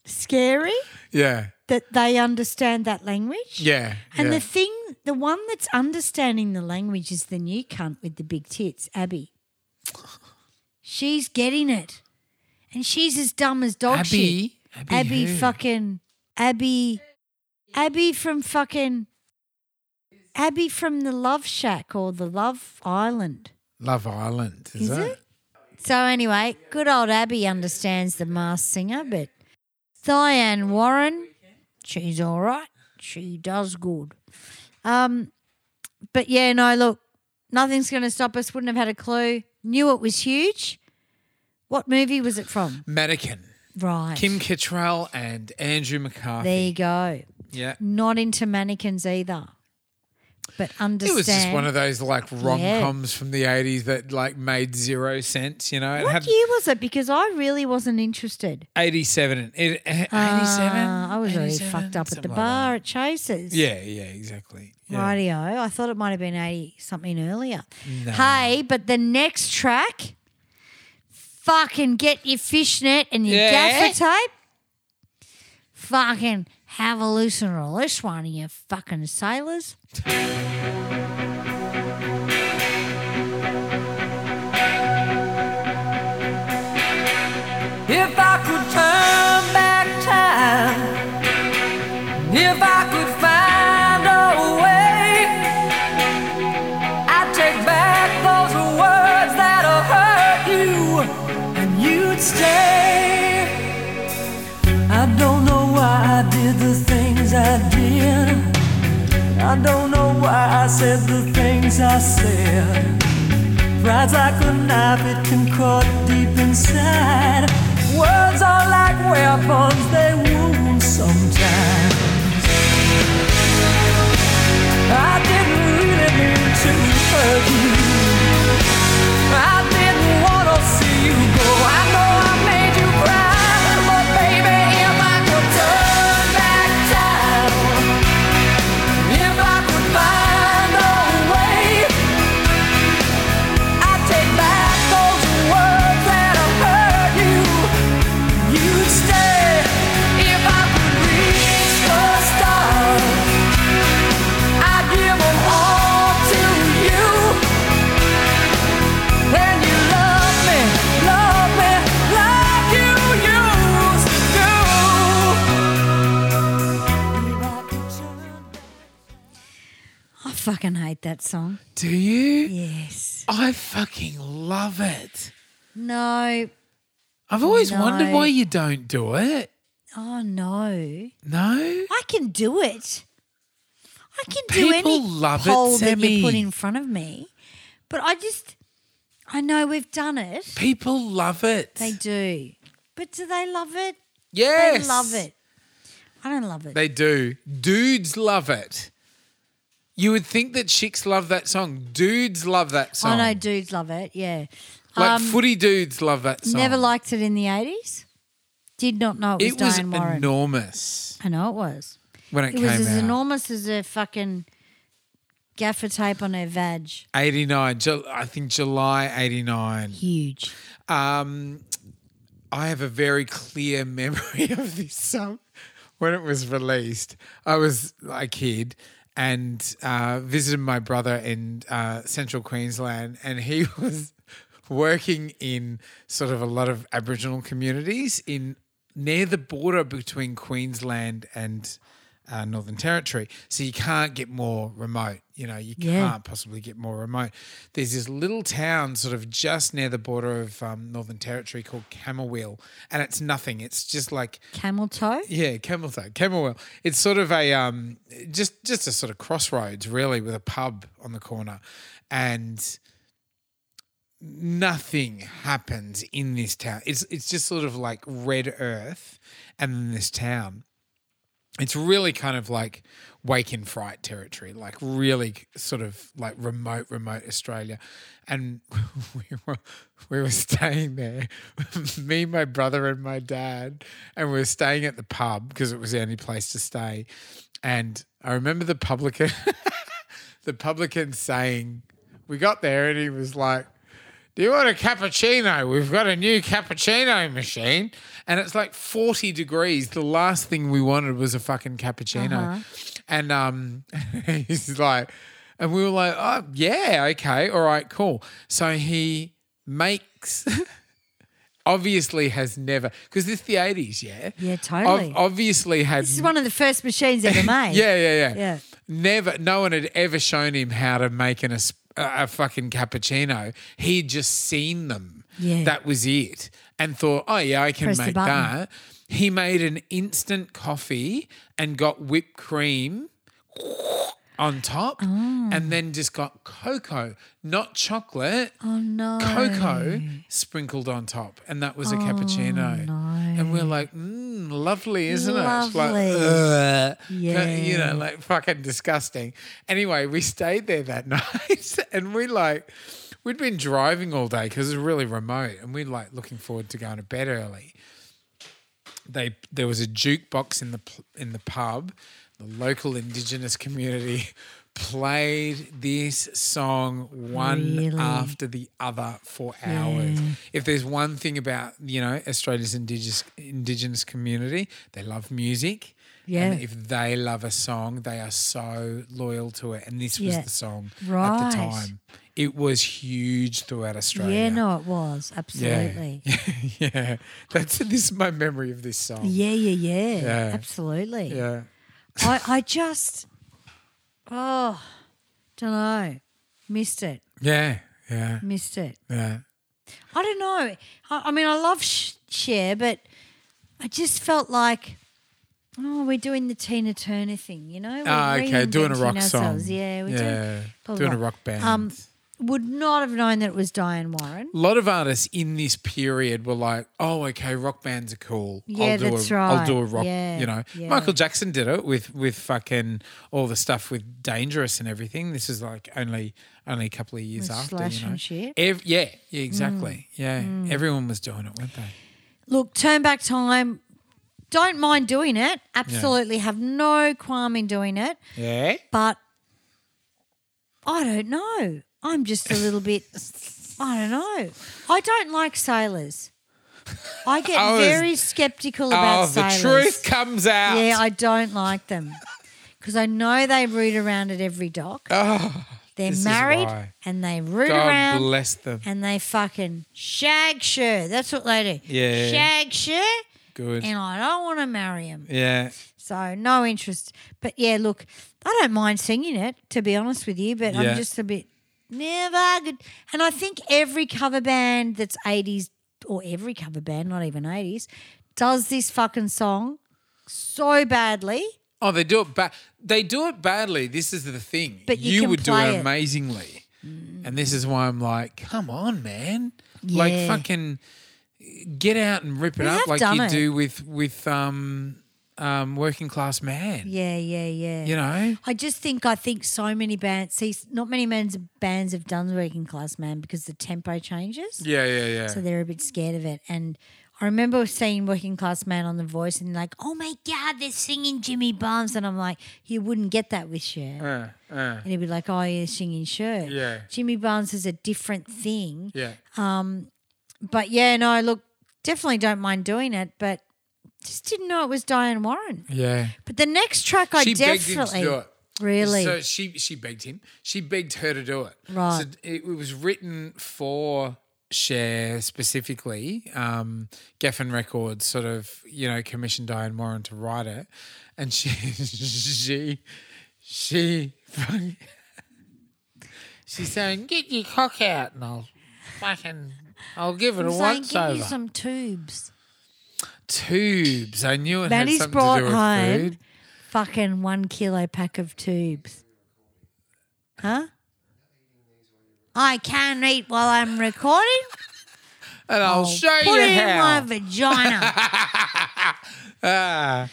Speaker 1: scary
Speaker 3: yeah.
Speaker 1: that they understand that language.
Speaker 3: Yeah.
Speaker 1: And
Speaker 3: yeah.
Speaker 1: the thing, the one that's understanding the language is the new cunt with the big tits, Abby. She's getting it. And she's as dumb as dog shit.
Speaker 3: Abby. Abby.
Speaker 1: Abby
Speaker 3: who?
Speaker 1: fucking Abby Abby from fucking Abby from the Love Shack or the Love Island.
Speaker 3: Love Island. Is,
Speaker 1: Is
Speaker 3: it?
Speaker 1: it? So anyway, good old Abby understands the masked singer, but Diane Warren, she's all right. She does good. Um, but yeah, no, look, nothing's going to stop us. Wouldn't have had a clue. Knew it was huge. What movie was it from?
Speaker 3: Mannequin.
Speaker 1: Right.
Speaker 3: Kim Cattrall and Andrew McCarthy.
Speaker 1: There you go.
Speaker 3: yeah.
Speaker 1: Not into mannequins either, but understand.
Speaker 3: It was just one of those like rom coms from the eighties that like made zero sense. You know, it
Speaker 1: What
Speaker 3: had
Speaker 1: year was it? Because I really wasn't interested.
Speaker 3: eighty seven. Eighty seven.
Speaker 1: Ah, I was already fucked up at the bar at Chase's.
Speaker 3: yeah. Yeah. Exactly. Yeah.
Speaker 1: Radio. I thought it might have been 80 something earlier. Hey, but the next track, fucking get your fishnet and your
Speaker 3: Yeah.
Speaker 1: gaffer tape. Fucking have a loose and release one of you fucking sailors.
Speaker 6: If I could turn back time, if I could find a way, I'd take back those words that'll hurt you, and you'd stay. I don't know why I did the things I did. I don't know why I said the things I said. Rides like a knife, it can cut deep inside. Words are like weapons, they wound sometimes. I didn't really mean to hurt you. I didn't wanna see you go. I know I made you cry, but baby, if I could turn back time, if I could find a way. I take back those words that I heard you. You'd stay if I could reach the stars. I'd give 'em all to you. And you love me, love me like you used to do. If I could turn
Speaker 1: I fucking hate that song.
Speaker 3: Do you?
Speaker 1: Yes.
Speaker 3: I fucking love it.
Speaker 1: No.
Speaker 3: I've always
Speaker 1: No.
Speaker 3: wondered why you don't do it.
Speaker 1: Oh, no.
Speaker 3: No.
Speaker 1: I can do it. I can do any
Speaker 3: People love it,
Speaker 1: poll that
Speaker 3: Sammy.
Speaker 1: you put in front of me. But I just, I know we've done it.
Speaker 3: People love it.
Speaker 1: They do. But do they love it?
Speaker 3: yes.
Speaker 1: They love it. I don't love it.
Speaker 3: They do. Dudes love it. You would think that chicks love that song. Dudes love that song.
Speaker 1: I know dudes love it. Yeah.
Speaker 3: Like
Speaker 1: Um,
Speaker 3: footy dudes love that song.
Speaker 1: Never liked it in the 80s. Did not know it was
Speaker 3: it was
Speaker 1: Diane Warren.
Speaker 3: enormous
Speaker 1: I know it was.
Speaker 3: when it,
Speaker 1: It
Speaker 3: came
Speaker 1: was as
Speaker 3: out.
Speaker 1: enormous as a fucking gaffer tape on her vag.
Speaker 3: Eighty nine, Ju- I think July eighty nine.
Speaker 1: Huge.
Speaker 3: Um, I have a very clear memory of this song when it was released. I was a kid and uh, visited my brother in uh, central Queensland, and he was working in sort of a lot of Aboriginal communities in near the border between Queensland and uh, Northern Territory. So you can't get more remote. You know, you
Speaker 1: Yeah.
Speaker 3: can't possibly get more remote. There's this little town sort of just near the border of um, Northern Territory called Camelwheel, and it's nothing. It's just like
Speaker 1: Camel toe?
Speaker 3: yeah, Camel Toe, Camelwell. It's sort of a um, just just a sort of crossroads, really, with a pub on the corner, and nothing happens in this town. It's it's just sort of like red earth, and then this town. It's really kind of like wake in fright territory, like really sort of like remote, remote Australia. And we were we were staying there, me, my brother, and my dad, and we were staying at the pub because it was the only place to stay. And I remember the publican, the publican saying, "We got there, and he was like." Do you want a cappuccino? We've got a new cappuccino machine. And it's like 40 degrees. The last thing we wanted was a fucking cappuccino.
Speaker 1: Uh-huh.
Speaker 3: And um, he's like, and we were like, oh, yeah, okay, all right, cool. So he makes, obviously has never, because this is the 80s, yeah?
Speaker 1: Yeah,
Speaker 3: Ob-
Speaker 1: totally.
Speaker 3: obviously has
Speaker 1: This is one of the first machines ever made.
Speaker 3: yeah, yeah, yeah.
Speaker 1: Yeah.
Speaker 3: Never, no one had ever shown him how to make an, es- a, a fucking cappuccino. He'd just seen them.
Speaker 1: Yeah.
Speaker 3: That was it. And thought, oh, yeah, I can
Speaker 1: Press the
Speaker 3: make
Speaker 1: button.
Speaker 3: that. He made an instant coffee and got whipped cream on top
Speaker 1: Oh.
Speaker 3: and then just got cocoa, not chocolate.
Speaker 1: Oh, no.
Speaker 3: Cocoa sprinkled on top, and that was a cappuccino.
Speaker 1: Oh,
Speaker 3: And we're like, mm, lovely, isn't it? It's
Speaker 1: Lovely.
Speaker 3: like, "Ugh."
Speaker 1: Yeah.
Speaker 3: You know, like fucking disgusting. Anyway, we stayed there that night and we like, we'd been driving all day because it was really remote and we like looking forward to going to bed early. They There was a jukebox in the, pl- in the pub, the local indigenous community. Played this song one
Speaker 1: Really?
Speaker 3: after the other for hours. If there's one thing about you know Australia's indigenous indigenous community, they love music.
Speaker 1: Yeah.
Speaker 3: And if they love a song, they are so loyal to it. And this was
Speaker 1: Yeah.
Speaker 3: the song at
Speaker 1: Right.
Speaker 3: the time. It was huge throughout Australia.
Speaker 1: Yeah, no, it was. Absolutely.
Speaker 3: Yeah. yeah. That's this is my memory of this song.
Speaker 1: Yeah, yeah, yeah.
Speaker 3: Yeah.
Speaker 1: Absolutely.
Speaker 3: Yeah.
Speaker 1: I, I just, oh, don't know. Missed it.
Speaker 3: Yeah. Yeah.
Speaker 1: Missed it.
Speaker 3: Yeah.
Speaker 1: I don't know. I, I mean, I love Sh- Cher, but I just felt like, oh, we're doing the Tina Turner thing, you know? We're
Speaker 3: Ah, okay. Doing a
Speaker 1: reinventing
Speaker 3: rock song.
Speaker 1: ourselves. Yeah, we're
Speaker 3: yeah.
Speaker 1: doing, blah, blah,
Speaker 3: doing a
Speaker 1: blah.
Speaker 3: rock band.
Speaker 1: Um, would not have known that it was Diane Warren.
Speaker 3: a lot of artists in this period were like, "Oh, okay, rock bands are cool.
Speaker 1: Yeah,
Speaker 3: I'll do
Speaker 1: that's
Speaker 3: a, I'll
Speaker 1: right.
Speaker 3: do a rock.
Speaker 1: Yeah,
Speaker 3: you know,
Speaker 1: yeah.
Speaker 3: Michael Jackson did it with with fucking all the stuff with Dangerous and everything. This is like only only a couple of years
Speaker 1: With
Speaker 3: after.
Speaker 1: Slash
Speaker 3: you know,
Speaker 1: and shit. Mm.
Speaker 3: Ev- yeah, yeah, exactly. Yeah, everyone was doing it, weren't they?
Speaker 1: Look, turn back time. Don't mind doing it. Absolutely. Have no qualm in doing it.
Speaker 3: Yeah.
Speaker 1: But I don't know. I'm just a little bit. I don't know. I don't like sailors. I get
Speaker 3: Oh, is-
Speaker 1: very skeptical
Speaker 3: Oh,
Speaker 1: about
Speaker 3: the
Speaker 1: sailors.
Speaker 3: truth comes out.
Speaker 1: Yeah, I don't like them because I know they root around at every dock. They're
Speaker 3: Oh, this is
Speaker 1: married
Speaker 3: why.
Speaker 1: and they root
Speaker 3: God
Speaker 1: around
Speaker 3: bless them.
Speaker 1: and they fucking shag sure. That's what they do.
Speaker 3: Yeah.
Speaker 1: shag sure.
Speaker 3: Good.
Speaker 1: And I don't want to marry him.
Speaker 3: yeah.
Speaker 1: So no interest. But yeah, look, I don't mind singing it, to be honest with you, but
Speaker 3: Yeah.
Speaker 1: I'm just a bit never good. And I think every cover band that's 80s, or every cover band, not even 80s, does this fucking song so badly.
Speaker 3: Oh, they do it bad. They do it badly. This is the thing.
Speaker 1: But you can
Speaker 3: would do
Speaker 1: play
Speaker 3: it
Speaker 1: it. Mm.
Speaker 3: amazingly, and this is why I'm like, come on, man! Like
Speaker 1: Yeah.
Speaker 3: fucking get out and rip it
Speaker 1: We
Speaker 3: up
Speaker 1: have
Speaker 3: like
Speaker 1: done
Speaker 3: you
Speaker 1: it.
Speaker 3: do with with um um working class man.
Speaker 1: Yeah, yeah, yeah.
Speaker 3: You know,
Speaker 1: I just think I think so many bands see not many men's bands have done working class man because the tempo changes.
Speaker 3: yeah, yeah, yeah.
Speaker 1: So they're a bit scared of it. And I remember seeing Working Class Man on The Voice and like, oh my God, they're singing Jimmy Barnes. And I'm like, you wouldn't get that with Cher. And he'd be like, oh, you're singing Cher.
Speaker 3: Uh, Yeah.
Speaker 1: Jimmy Barnes is a different thing.
Speaker 3: yeah,
Speaker 1: But yeah, no, look, definitely don't mind doing it. But just didn't know it was Diane Warren.
Speaker 3: yeah.
Speaker 1: But the next track I
Speaker 3: she begged
Speaker 1: definitely.
Speaker 3: him to do it.
Speaker 1: Really?
Speaker 3: So she she begged him. She begged her to do it.
Speaker 1: Right.
Speaker 3: So it, it was written for share specifically. Um, Geffen Records sort of, you know, commissioned Diane Warren to write it. And she, she, she, fucking- she's saying, get your cock out and I'll fucking, I'll give it a
Speaker 1: I'm saying,
Speaker 3: once
Speaker 1: give you
Speaker 3: over.
Speaker 1: some tubes.
Speaker 3: Tubes. I knew it
Speaker 1: Maddie's
Speaker 3: had something
Speaker 1: brought
Speaker 3: to do with
Speaker 1: home
Speaker 3: food.
Speaker 1: fucking one kilo pack of tubes. Huh? I can eat while I'm recording.
Speaker 3: And I'll, show
Speaker 1: Put
Speaker 3: you
Speaker 1: it in
Speaker 3: how.
Speaker 1: my vagina.
Speaker 3: Ah.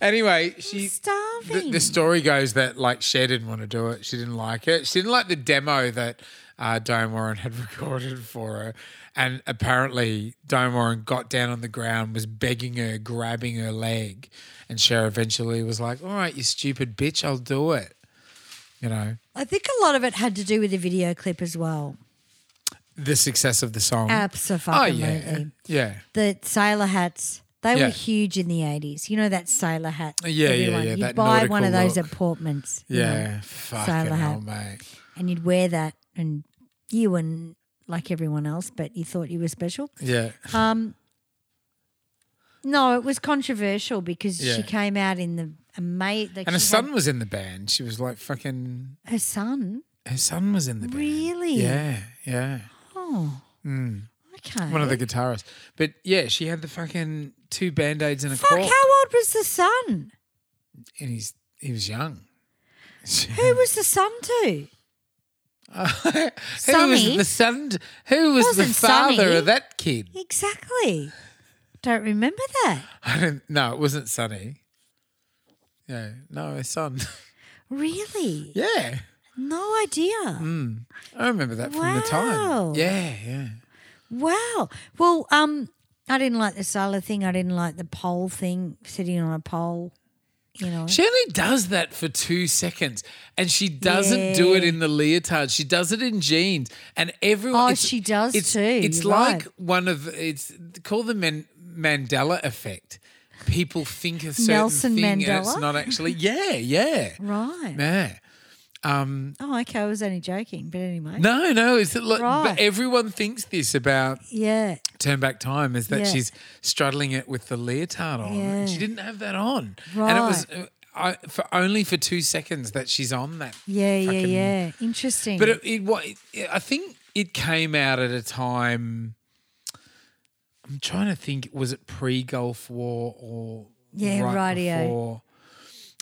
Speaker 3: Anyway, she
Speaker 1: Starving.
Speaker 3: the, the story goes that like Cher didn't want to do it. She didn't like it. She didn't like the demo that uh, Diane Warren had recorded for her. And apparently, Diane Warren got down on the ground, was begging her, grabbing her leg, and Cher eventually was like, "All right, you stupid bitch, I'll do it." You know
Speaker 1: I think a lot of it had to do with the video clip as well.
Speaker 3: the success of the song.
Speaker 1: Absolutely.
Speaker 3: Mm-hmm. oh yeah, yeah,
Speaker 1: The sailor hats. They
Speaker 3: Yeah.
Speaker 1: were huge in the 80s. You know that sailor hat?
Speaker 3: Yeah, yeah,
Speaker 1: everyone-
Speaker 3: yeah,
Speaker 1: You'd
Speaker 3: that
Speaker 1: buy one
Speaker 3: nautical
Speaker 1: of those
Speaker 3: look.
Speaker 1: at Portman's. you know,
Speaker 3: yeah. Fucking
Speaker 1: Sailor hat.
Speaker 3: hell, mate.
Speaker 1: and you'd wear that and you and like everyone else, but you thought you were special.
Speaker 3: Yeah,
Speaker 1: Um, no, it was controversial because
Speaker 3: Yeah.
Speaker 1: she came out in the ama- like
Speaker 3: and her
Speaker 1: she had-
Speaker 3: son was in the band. She was like fucking
Speaker 1: her son.
Speaker 3: Her son was in the band.
Speaker 1: Really?
Speaker 3: Yeah, yeah.
Speaker 1: Oh, okay.
Speaker 3: One of the guitarists. But yeah, she had the fucking two band aids and a
Speaker 1: Fuck, how
Speaker 3: cork.
Speaker 1: old was the son?
Speaker 3: And he's he was young.
Speaker 1: Who was the son to?
Speaker 3: Who was
Speaker 1: Sonny?
Speaker 3: the son? Who was the
Speaker 1: Wasn't
Speaker 3: father
Speaker 1: Sonny.
Speaker 3: of that kid?
Speaker 1: Exactly. Don't remember that.
Speaker 3: I don't. No, it wasn't Sonny. Yeah, no, her son.
Speaker 1: Really?
Speaker 3: yeah,
Speaker 1: No idea.
Speaker 3: Hmm. I remember that from the time.
Speaker 1: Wow.
Speaker 3: Yeah, yeah.
Speaker 1: Wow. Well, um, I didn't like the solar thing. I didn't like the pole thing, sitting on a pole. You know,
Speaker 3: She only does that for two seconds, and she doesn't do it in the leotard. She does it in jeans, and everyone.
Speaker 1: Oh,
Speaker 3: it's-
Speaker 1: she does
Speaker 3: it's,
Speaker 1: too.
Speaker 3: It's
Speaker 1: You're
Speaker 3: like
Speaker 1: right.
Speaker 3: one of it's called the Man- Mandela effect. People think a certain
Speaker 1: Nelson
Speaker 3: thing, and it's
Speaker 1: Mandela?
Speaker 3: not actually. Yeah, yeah,
Speaker 1: right?
Speaker 3: yeah.
Speaker 1: Oh, okay. I was only joking, but anyway.
Speaker 3: No, no. It's like,
Speaker 1: Right.
Speaker 3: but everyone thinks this about
Speaker 1: Yeah.
Speaker 3: Turn Back Time is that
Speaker 1: Yeah.
Speaker 3: she's straddling it with the leotard on. and She
Speaker 1: Yeah.
Speaker 3: didn't have that on, and it was
Speaker 1: Right.
Speaker 3: uh, I, for only for two seconds that she's on that.
Speaker 1: Yeah, yeah,
Speaker 3: fucking-
Speaker 1: yeah. Interesting.
Speaker 3: But it, it, wa- it, I think it came out at a time. I'm trying to think. Was it pre Gulf War or
Speaker 1: Yeah, rightio.
Speaker 3: before?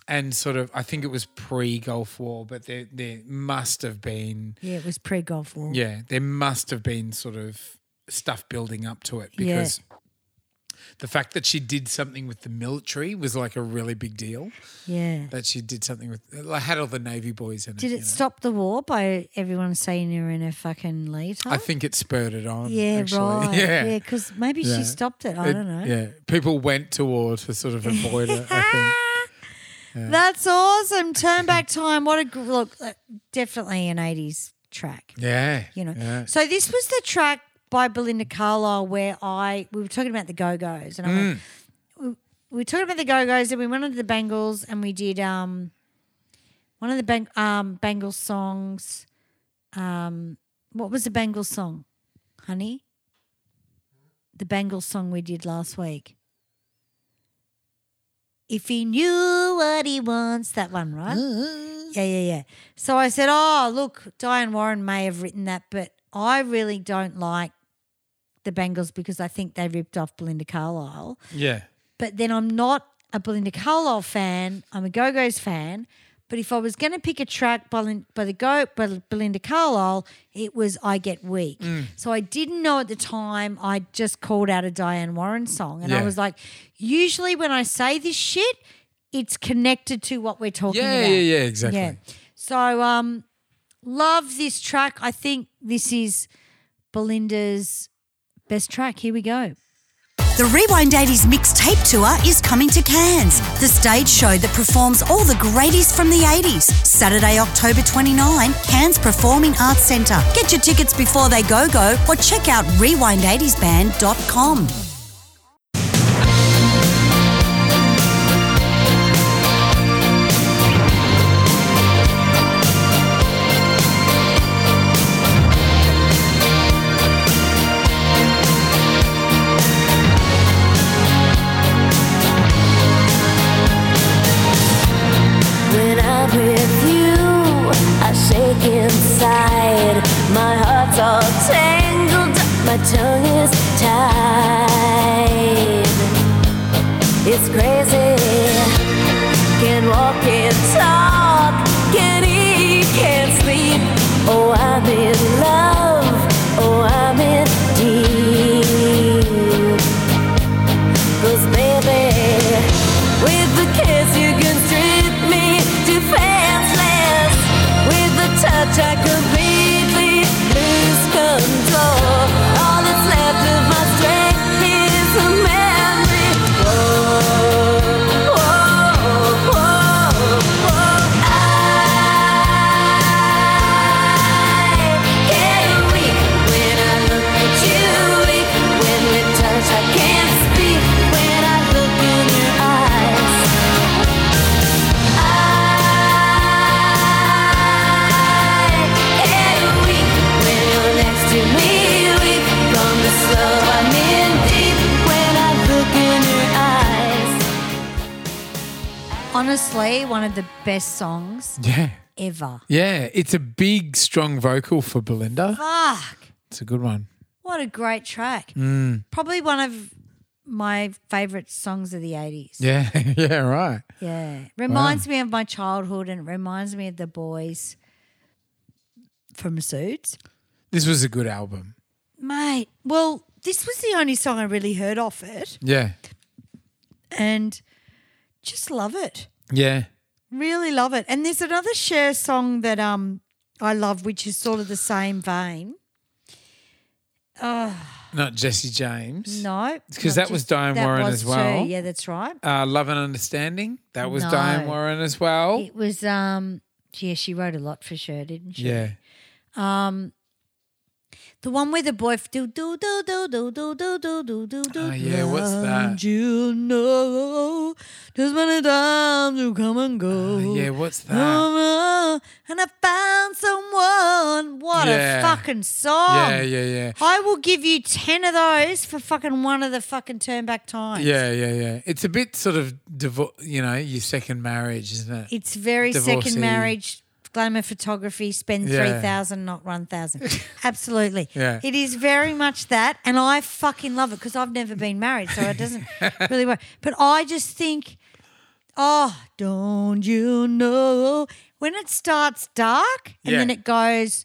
Speaker 3: And sort of, I think it was pre Gulf War, but there there must have been
Speaker 1: yeah, it was pre golf war.
Speaker 3: yeah, there must have been sort of stuff building up to it
Speaker 1: Yeah.
Speaker 3: because the fact that she did something with the military was like a really big deal.
Speaker 1: Yeah.
Speaker 3: That she did something with, like, had all the Navy boys in it.
Speaker 1: Did
Speaker 3: you
Speaker 1: it
Speaker 3: know.
Speaker 1: stop the war by everyone seeing her in her fucking leotard?
Speaker 3: I think it spurred it on.
Speaker 1: yeah,
Speaker 3: actually.
Speaker 1: right.
Speaker 3: Yeah.
Speaker 1: Yeah, because maybe
Speaker 3: Yeah.
Speaker 1: she stopped it. I
Speaker 3: It-
Speaker 1: don't know. Ah!
Speaker 3: Yeah, people went to war to sort of avoid it. I think.
Speaker 1: That's awesome. Turn back time. What a gr- look. uh, Definitely an 80s track.
Speaker 3: Yeah,
Speaker 1: you know.
Speaker 3: yeah.
Speaker 1: So this was the track by Belinda Carlisle where I we were talking about the Go Go's and I went, we, we were talking about the Go Go's and we went on to the Bangles and we did um one of the bang, um Bangles songs. Um, what was the Bangles song, honey? The Bangles song we did last week. If he knew what he wants, that one, right? Yeah, yeah, yeah. So I said, Oh, look, Diane Warren may have written that, but I really don't like the Bengals because I think they ripped off Belinda Carlisle.
Speaker 3: yeah.
Speaker 1: But then I'm not a Belinda Carlisle fan, I'm a Go Go's fan. But if I was going to pick a track by, Lin- by the Go by Belinda Carlisle, it was "I Get Weak."
Speaker 3: Mm.
Speaker 1: So I didn't know at the time. I just called out a Diane Warren song, and
Speaker 3: Yeah.
Speaker 1: I was like, "Usually when I say this shit, it's connected to what we're talking
Speaker 3: Yeah,
Speaker 1: about."
Speaker 3: yeah, yeah, exactly.
Speaker 1: Yeah. So um love this track. I think this is Belinda's best track. Here we go.
Speaker 7: The Rewind 80s mixtape tour is coming to Cairns, the stage show that performs all the greatest from the 80s. Saturday, October 29, Cairns Performing Arts Centre. Get your tickets before they go go or check out rewind80sband.com.
Speaker 6: love with you. I shake inside. My heart's all tangled up. My tongue is tied. It's crazy. Can't walk, can't talk, can't eat, can't sleep. Oh, I'm in love. Oh, I'm in deep. Cause baby, with the kiss you can strip me defenseless. With the touch I completely lose control. All that's left of my strength is a memory. Whoa, whoa, whoa, whoa. I get weak when I look at you. Weak when we touch, I can't speak when I look in your eyes.
Speaker 1: Honestly, one of the best songs
Speaker 3: Yeah.
Speaker 1: ever.
Speaker 3: Yeah. It's a big, strong vocal for Belinda.
Speaker 1: Fuck.
Speaker 3: It's a good one.
Speaker 1: Ah, What a great track. Probably one of my favourite songs of the 80s.
Speaker 3: Yeah. yeah. Right.
Speaker 1: Yeah. Reminds me of my childhood and it reminds me of the boys from Suits.
Speaker 3: This was a good album.
Speaker 1: Mate, well, this was the only song I really heard off it
Speaker 3: Yeah.
Speaker 1: and just love it.
Speaker 3: Yeah.
Speaker 1: Really love it. And there's another Cher song that um I love, which is sort of the same vein.
Speaker 3: Not Jesse James.
Speaker 1: No.
Speaker 3: because
Speaker 1: not
Speaker 3: that was
Speaker 1: just-
Speaker 3: Diane
Speaker 1: that
Speaker 3: Warren
Speaker 1: was
Speaker 3: as
Speaker 1: Cher.
Speaker 3: well.
Speaker 1: Yeah, that's right.
Speaker 3: Uh, Love and Understanding. That was
Speaker 1: No.
Speaker 3: Diane Warren as well.
Speaker 1: It was um yeah, she wrote a lot for Cher, didn't she?
Speaker 3: yeah.
Speaker 1: The one where the boy f- do do do do do do do do do do do.
Speaker 3: Oh, yeah, what's
Speaker 1: Don't
Speaker 3: that?
Speaker 1: You know, just many times you come and go.
Speaker 3: Oh, Yeah, what's that?
Speaker 1: Oh, and I found someone. What
Speaker 3: Yeah.
Speaker 1: a fucking song!
Speaker 3: Yeah, yeah, yeah.
Speaker 1: I will give you ten of those for fucking one of the fucking turn back times.
Speaker 3: Yeah, yeah, yeah. It's a bit sort of, divo- you know, your second marriage, isn't it?
Speaker 1: It's very
Speaker 3: Divorcee.
Speaker 1: second marriage, glamour photography, spend
Speaker 3: Yeah.
Speaker 1: 3,000, not 1,000. Absolutely.
Speaker 3: Yeah.
Speaker 1: It is very much that. And I fucking love it because I've never been married. So it doesn't really work. But I just think, oh, don't you know? When it starts dark and
Speaker 3: Yeah.
Speaker 1: then it goes.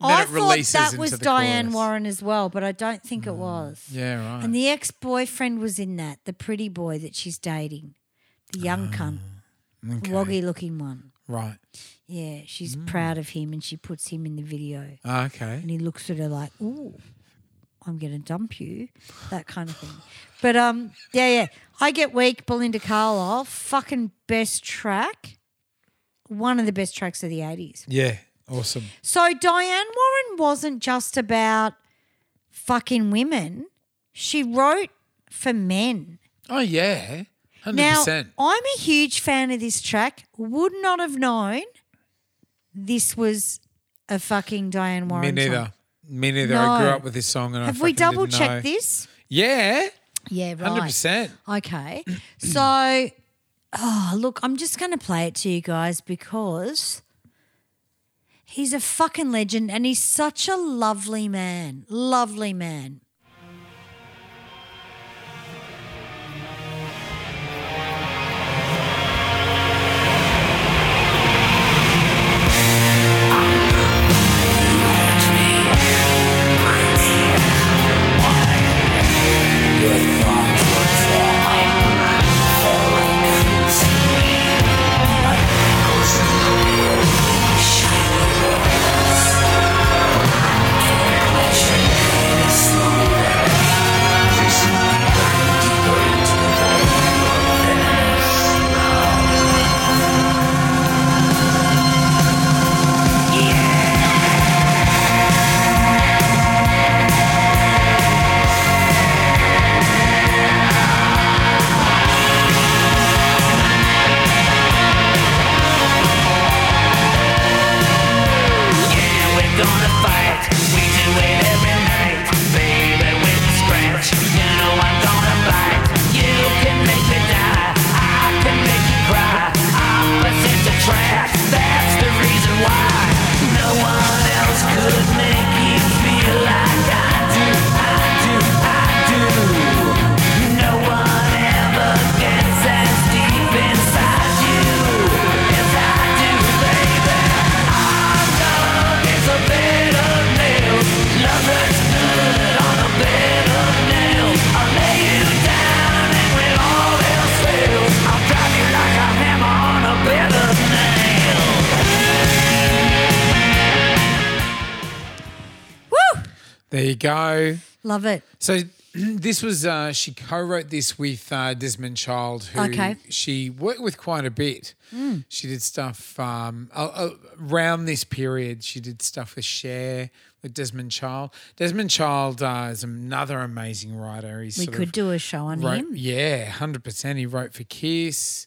Speaker 3: And then
Speaker 1: I
Speaker 3: it
Speaker 1: thought
Speaker 3: releases
Speaker 1: that
Speaker 3: into
Speaker 1: was
Speaker 3: the
Speaker 1: Diane
Speaker 3: chorus.
Speaker 1: Warren as well, but I don't think it was.
Speaker 3: yeah, right.
Speaker 1: And the ex boyfriend was in that, the pretty boy that she's dating, the young cunt, woggy looking one.
Speaker 3: right.
Speaker 1: Yeah, she's proud of him and she puts him in the video.
Speaker 3: Ah, okay.
Speaker 1: And he looks at her like, ooh, I'm going to dump you, that kind of thing. But um, yeah, yeah. I Get Weak, Belinda Carlisle, fucking best track. One of the best tracks of the 80s.
Speaker 3: Yeah, awesome.
Speaker 1: So Diane Warren wasn't just about fucking women. She wrote for men.
Speaker 3: Oh, yeah. 100%.
Speaker 1: Now, I'm a huge fan of this track. Would not have known this was a fucking Diane
Speaker 3: Me
Speaker 1: Warren song.
Speaker 3: neither. Me neither. I grew
Speaker 1: No.
Speaker 3: up with this song and I
Speaker 1: Have we
Speaker 3: fucking didn't
Speaker 1: double checked
Speaker 3: know.
Speaker 1: this?
Speaker 3: Yeah,
Speaker 1: Yeah, right.
Speaker 3: 100%.
Speaker 1: Okay. so, oh, look, I'm just going to play it to you guys because he's a fucking legend and he's such a lovely man. Lovely man.
Speaker 5: Shine.
Speaker 3: There you go.
Speaker 1: Love it.
Speaker 3: So this was uh, she co-wrote this with uh, Desmond Child, who
Speaker 1: Okay. Hmm.
Speaker 3: she worked with quite a bit. She did stuff um, a- a- around this period. She did stuff with Cher, with Desmond Child. Desmond Child uh, is another amazing writer. He's
Speaker 1: We
Speaker 3: sort
Speaker 1: could
Speaker 3: of
Speaker 1: do a show on
Speaker 3: wrote-
Speaker 1: him.
Speaker 3: Yeah, hundred percent. He wrote for Kiss.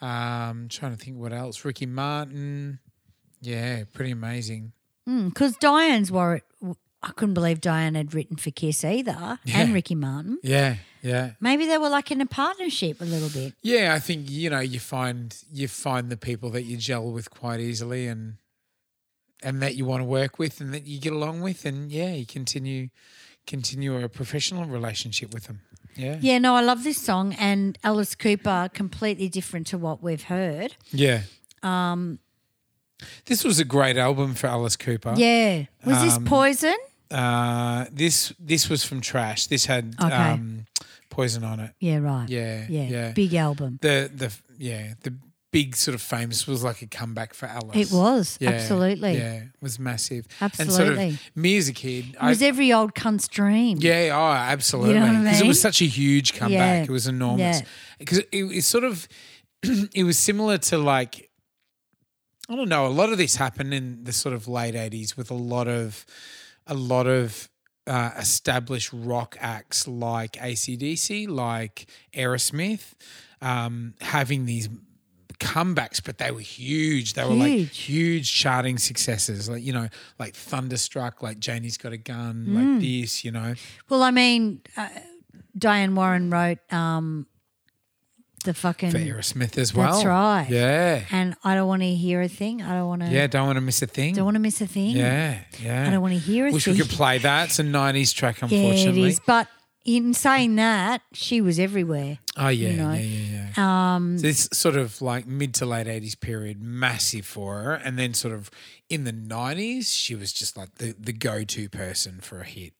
Speaker 3: Um, trying to think what else. Ricky Martin. Yeah, pretty amazing.
Speaker 1: Because Diane's were I couldn't believe Diane had written for Kiss either, and Ricky Martin.
Speaker 3: Yeah, yeah.
Speaker 1: Maybe they were like in a partnership a little bit.
Speaker 3: Yeah, I think you know you find you find the people that you gel with quite easily and and that you want to work with and that you get along with and yeah, you continue continue a professional relationship with them. Yeah.
Speaker 1: Yeah, no, Oh, I love this song and Alice Cooper, completely different to what we've heard.
Speaker 3: Yeah. Um this was a great album for Alice Cooper.
Speaker 1: Yeah. Was this
Speaker 3: Um,
Speaker 1: Poison?
Speaker 3: Uh this this was from Trash. This had
Speaker 1: Okay.
Speaker 3: um Poison on it.
Speaker 1: Yeah, right.
Speaker 3: Yeah,
Speaker 1: Yeah.
Speaker 3: yeah.
Speaker 1: Big album.
Speaker 3: The the yeah, the big sort of famous was like a comeback for Alice.
Speaker 1: It was, absolutely.
Speaker 3: Yeah, it was massive. And
Speaker 1: Absolutely.
Speaker 3: sort of me as a kid,
Speaker 1: It was
Speaker 3: I,
Speaker 1: every old cunt's dream.
Speaker 3: yeah, oh, absolutely.
Speaker 1: what
Speaker 3: Because
Speaker 1: I
Speaker 3: it
Speaker 1: mean?
Speaker 3: was such a huge comeback.
Speaker 1: Yeah,
Speaker 3: It was enormous.
Speaker 1: yeah.
Speaker 3: Because it, it's sort of, it was similar to like, I don't know, a lot of this happened in the sort of late 80s with a lot of, a lot of, uh, established rock acts like ACDC, like Aerosmith, um, having these comebacks, but they were huge. They were like
Speaker 1: Huge.
Speaker 3: huge charting successes, like you know, like Thunderstruck, like Janie's Got a Gun, like
Speaker 1: Mm.
Speaker 3: this, you know.
Speaker 1: Well, I mean, uh, Diane Warren wrote um, the fucking.
Speaker 3: for Aerosmith as well.
Speaker 1: Mm. right.
Speaker 3: Yeah.
Speaker 1: And I don't want to hear a thing. I don't want to.
Speaker 3: Yeah. Don't want to miss a thing.
Speaker 1: Don't want to miss a thing.
Speaker 3: Yeah. Yeah.
Speaker 1: I don't wanna hear a
Speaker 3: Wish we
Speaker 1: thing.
Speaker 3: could play that. It's a 90s track,
Speaker 1: Yeah, it
Speaker 3: unfortunately.
Speaker 1: is. But in saying that, she was everywhere.
Speaker 3: oh, yeah.
Speaker 1: you know.
Speaker 3: Yeah. Yeah. yeah. Um, this sort of like mid to late 80s period, massive for her. And then sort of in the 90s, she was just like the, the go to person for a hit.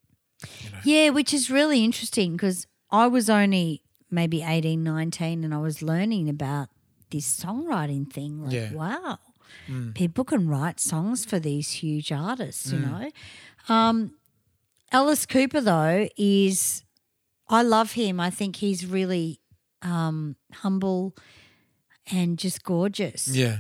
Speaker 1: Yeah, which is really interesting because I was only maybe 18, 19 and I was learning about this songwriting thing. Like,
Speaker 3: Yeah.
Speaker 1: wow, people can write songs for these huge artists, you know? Um, Alice Cooper, though, is, I love him. I think he's really um, humble and just gorgeous.
Speaker 3: Yeah.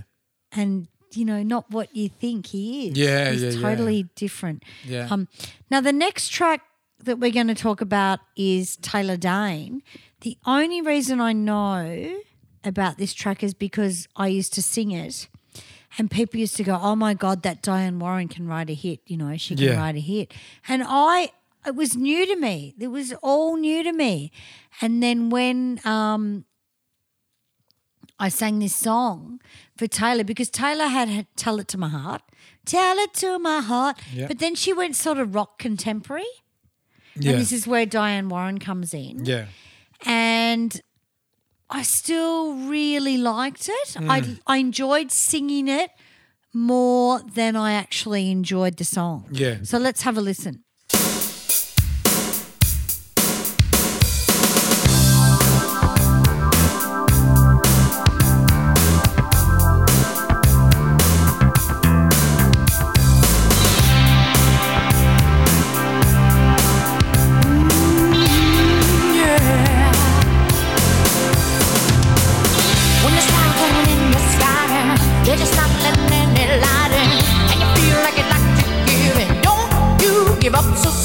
Speaker 1: And, you know, not what you think he is.
Speaker 3: Yeah,
Speaker 1: He's
Speaker 3: yeah, yeah.
Speaker 1: totally different.
Speaker 3: Yeah.
Speaker 1: Um, now, the next track that we're going to talk about is Taylor Dane. The only reason I know about this track is because I used to sing it, and people used to go, "Oh my god, that Diane Warren can write a hit." You know, she can
Speaker 3: Yeah.
Speaker 1: write a hit, and I. It was new to me. It was all new to me. And then when um, I sang this song for Taylor because Taylor had, had Tell It to My Heart. Tell It to My Heart.
Speaker 3: Yeah.
Speaker 1: But then she went sort of rock contemporary.
Speaker 3: Yeah.
Speaker 1: And this is where Diane Warren comes in.
Speaker 3: yeah.
Speaker 1: And I still really liked it.
Speaker 3: Mm.
Speaker 1: I, I enjoyed singing it more than I actually enjoyed the song.
Speaker 3: Yeah.
Speaker 1: So let's have a listen.
Speaker 6: When the stars coming in the sky, they're just not letting any light in, and you feel like you'd like to give it. Don't you give up Oh,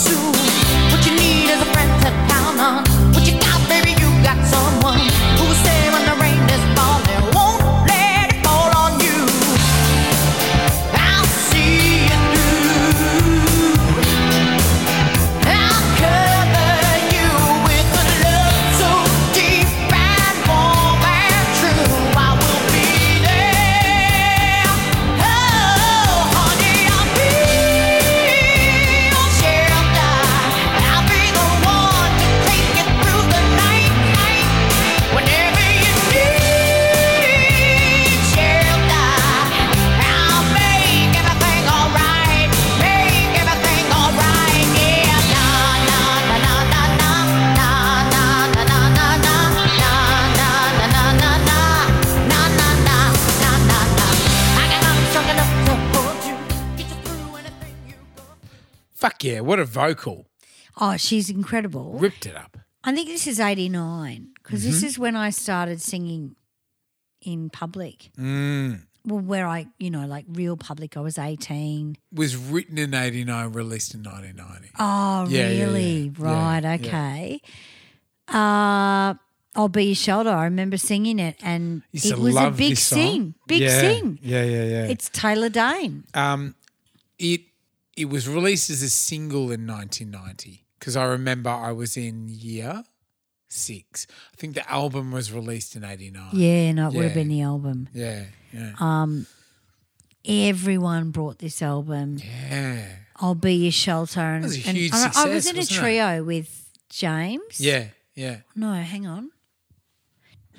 Speaker 3: Fuck yeah, what a vocal.
Speaker 1: Oh, she's incredible.
Speaker 3: Ripped it up.
Speaker 1: I think this is 89 because this
Speaker 3: Mm-hmm.
Speaker 1: is when I started singing in public. Mm. Well, where I, you know, like real public, I was 18.
Speaker 3: Was written in 89, released in 1990.
Speaker 1: Oh,
Speaker 3: Yeah, yeah, yeah.
Speaker 1: really?
Speaker 3: Yeah,
Speaker 1: Right,
Speaker 3: yeah.
Speaker 1: okay. Uh, I'll Be Your Shoulder. I remember singing it and
Speaker 3: Used
Speaker 1: it
Speaker 3: to
Speaker 1: was a
Speaker 3: love
Speaker 1: big
Speaker 3: this song.
Speaker 1: sing. Big
Speaker 3: yeah.
Speaker 1: sing.
Speaker 3: Yeah, yeah, yeah. Ah,
Speaker 1: It's Taylor Dane.
Speaker 3: Um, it it was released as a single in 1990 because I remember I was in year six. I think the album was released in 89.
Speaker 1: yeah, Uh, no, it would have
Speaker 3: yeah.
Speaker 1: been the album.
Speaker 3: Yeah. Yeah.
Speaker 1: Everyone brought this album.
Speaker 3: yeah.
Speaker 1: I'll Be Your Shelter. And,
Speaker 3: was a
Speaker 1: and
Speaker 3: huge
Speaker 1: I, I was
Speaker 3: success,
Speaker 1: in a
Speaker 3: wasn't it?
Speaker 1: trio with James.
Speaker 3: Yeah. Yeah.
Speaker 1: No, hang on.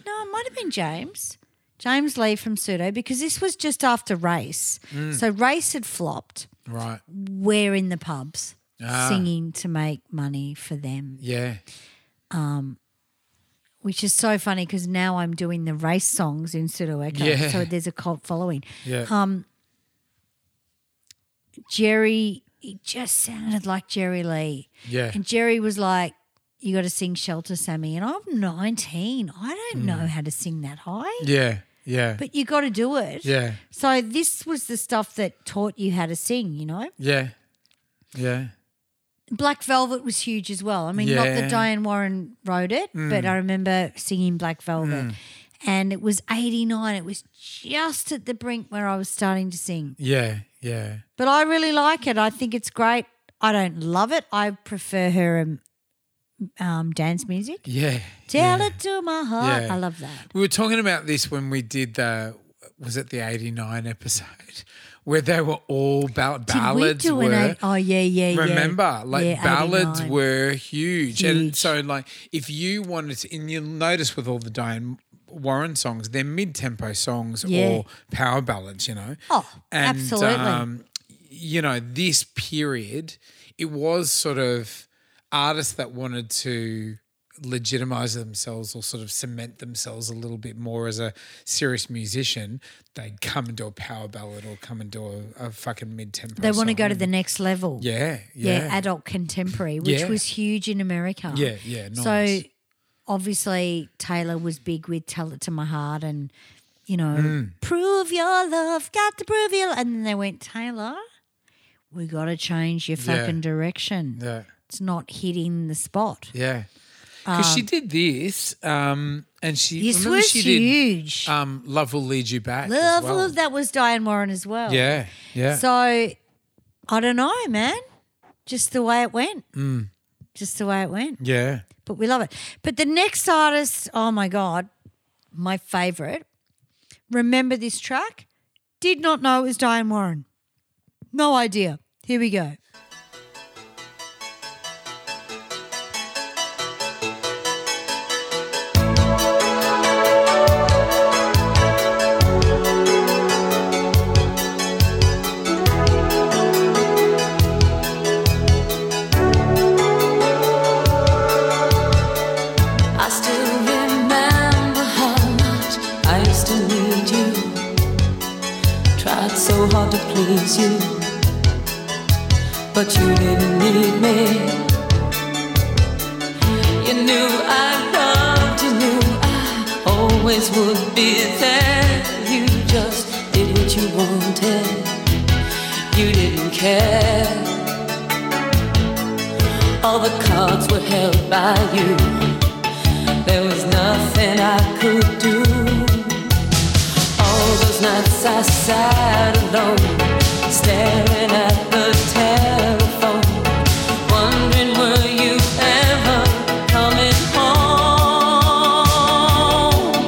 Speaker 1: No, it might have been James. James Lee from Pseudo, because this was just after Race.
Speaker 3: Mm.
Speaker 1: So Race had flopped.
Speaker 3: Right.
Speaker 1: We're in the pubs
Speaker 3: Ah.
Speaker 1: singing to make money for them,
Speaker 3: Yeah.
Speaker 1: which is so funny because now I'm doing the race songs in Pseudo Echo.
Speaker 3: Yeah.
Speaker 1: So there's a cult following.
Speaker 3: Yeah.
Speaker 1: Um, Jerry, it just sounded like Jerry Lee.
Speaker 3: yeah.
Speaker 1: And Jerry was like, You got to sing Shelter, Sammy. And I'm 19. I
Speaker 3: Hmm.
Speaker 1: don't know how to sing that high,
Speaker 3: Yeah. Yeah.
Speaker 1: but you got to do it.
Speaker 3: Yeah.
Speaker 1: So this was the stuff that taught you how to sing, you know?
Speaker 3: Yeah. Yeah.
Speaker 1: Black Velvet was huge as well. I mean, not
Speaker 3: Yeah. Mm.
Speaker 1: that Diane Warren wrote it, but I remember singing Black Velvet. And it was 89. It was just at the brink where I was starting to sing.
Speaker 3: Yeah. Yeah.
Speaker 1: But I really like it. I think it's great. I don't love it. I prefer her um, um, dance music.
Speaker 3: Yeah.
Speaker 1: Tell
Speaker 3: yeah.
Speaker 1: it to my heart.
Speaker 3: Yeah.
Speaker 1: I love that.
Speaker 3: We were talking about this when we did the was it the eighty nine episode where they were all about ballads
Speaker 1: Did we do
Speaker 3: were.
Speaker 1: an eight- Oh, yeah, yeah, yeah.
Speaker 3: Remember, like
Speaker 1: Yeah,
Speaker 3: ballads
Speaker 1: 89.
Speaker 3: were huge.
Speaker 1: Huge.
Speaker 3: and so like if you wanted to, and you'll notice with all the Diane Warren songs, they're mid-tempo songs
Speaker 1: Yeah.
Speaker 3: or power ballads, you know. um,
Speaker 1: Oh, absolutely.
Speaker 3: you know, this period, it was sort of artists that wanted to legitimize themselves or sort of cement themselves a little bit more as a serious musician. They'd come and do a power ballad or come and do a, a fucking mid-tempo.
Speaker 1: They want to go to
Speaker 3: song.
Speaker 1: the next level.
Speaker 3: Yeah, yeah,
Speaker 1: yeah, adult contemporary, which
Speaker 3: Yeah.
Speaker 1: was huge in America.
Speaker 3: Yeah, yeah,
Speaker 1: So
Speaker 3: nice.
Speaker 1: obviously Taylor was big with "Tell It to My Heart" and you know,
Speaker 3: Hmm.
Speaker 1: prove your love, got to prove your. And then they went, Taylor, we got to change your
Speaker 3: Yeah.
Speaker 1: fucking direction.
Speaker 3: yeah,
Speaker 1: It's not hitting the spot.
Speaker 3: yeah. Because she did this, um, and she
Speaker 1: This
Speaker 3: remember
Speaker 1: was
Speaker 3: she
Speaker 1: huge.
Speaker 3: did um, "Love Will Lead You Back." as
Speaker 1: love,
Speaker 3: well.
Speaker 1: love, that was Diane Warren as well.
Speaker 3: Yeah, yeah,
Speaker 1: So I don't know, man. Just the way it went.
Speaker 3: Hmm.
Speaker 1: Just the way it went.
Speaker 3: yeah.
Speaker 1: but we love it. But the next artist, oh my God, my favorite. Remember this track? Did not know it was Diane Warren. No idea. Here we go.
Speaker 2: I still remember how much I used to need you. Tried so hard to please you, but you didn't need me. You knew I loved, you knew I always would be there. You just did what you wanted, you didn't care. All the cards were held by you. There was nothing I could do. All those nights I sat alone, staring at the telephone, wondering were you ever coming home?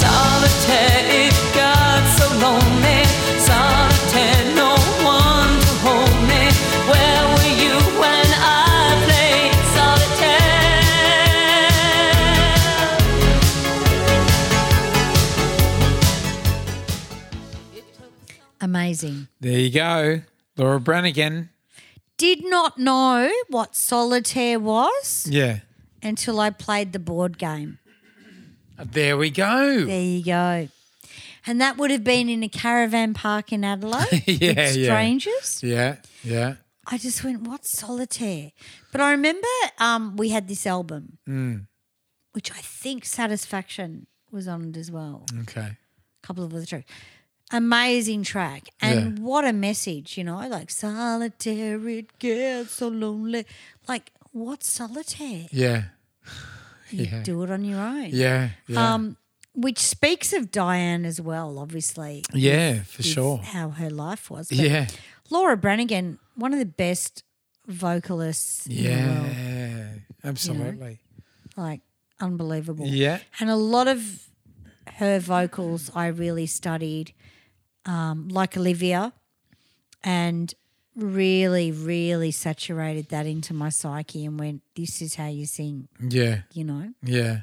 Speaker 2: Solitaire, it got so lonely. Solitaire, no one to hold me. Where were you when I played solitaire?
Speaker 1: Amazing.
Speaker 3: There you go, Laura Branigan.
Speaker 1: Did not know what solitaire was
Speaker 3: Yeah,
Speaker 1: until I played the board game.
Speaker 3: Uh, there we go.
Speaker 1: There you go. And that would have been in a caravan park in Adelaide
Speaker 3: Yeah,
Speaker 1: with
Speaker 3: yeah.
Speaker 1: strangers.
Speaker 3: Yeah, yeah.
Speaker 1: I just went, "What solitaire?" But I remember um, we had this album,
Speaker 3: Mm.
Speaker 1: which I think Satisfaction was on it as well.
Speaker 3: Okay.
Speaker 1: A couple of other tracks, amazing track, and what a message, you know, like solitaire it gets so lonely. Like, what solitaire?
Speaker 3: Yeah. Yeah.
Speaker 1: Do it on your own.
Speaker 3: Yeah. Yeah.
Speaker 1: Um, which speaks of Diane as well, obviously.
Speaker 3: yeah, for
Speaker 1: with
Speaker 3: sure.
Speaker 1: How her life was. But
Speaker 3: Yeah.
Speaker 1: Laura Branigan, one of the best vocalists in the world.
Speaker 3: Yeah. Absolutely.
Speaker 1: Like unbelievable.
Speaker 3: Yeah.
Speaker 1: And a lot of her vocals I really studied, um, like Olivia, and really, really saturated that into my psyche and went, This is how you sing,
Speaker 3: Yeah.
Speaker 1: you know.
Speaker 3: Yeah.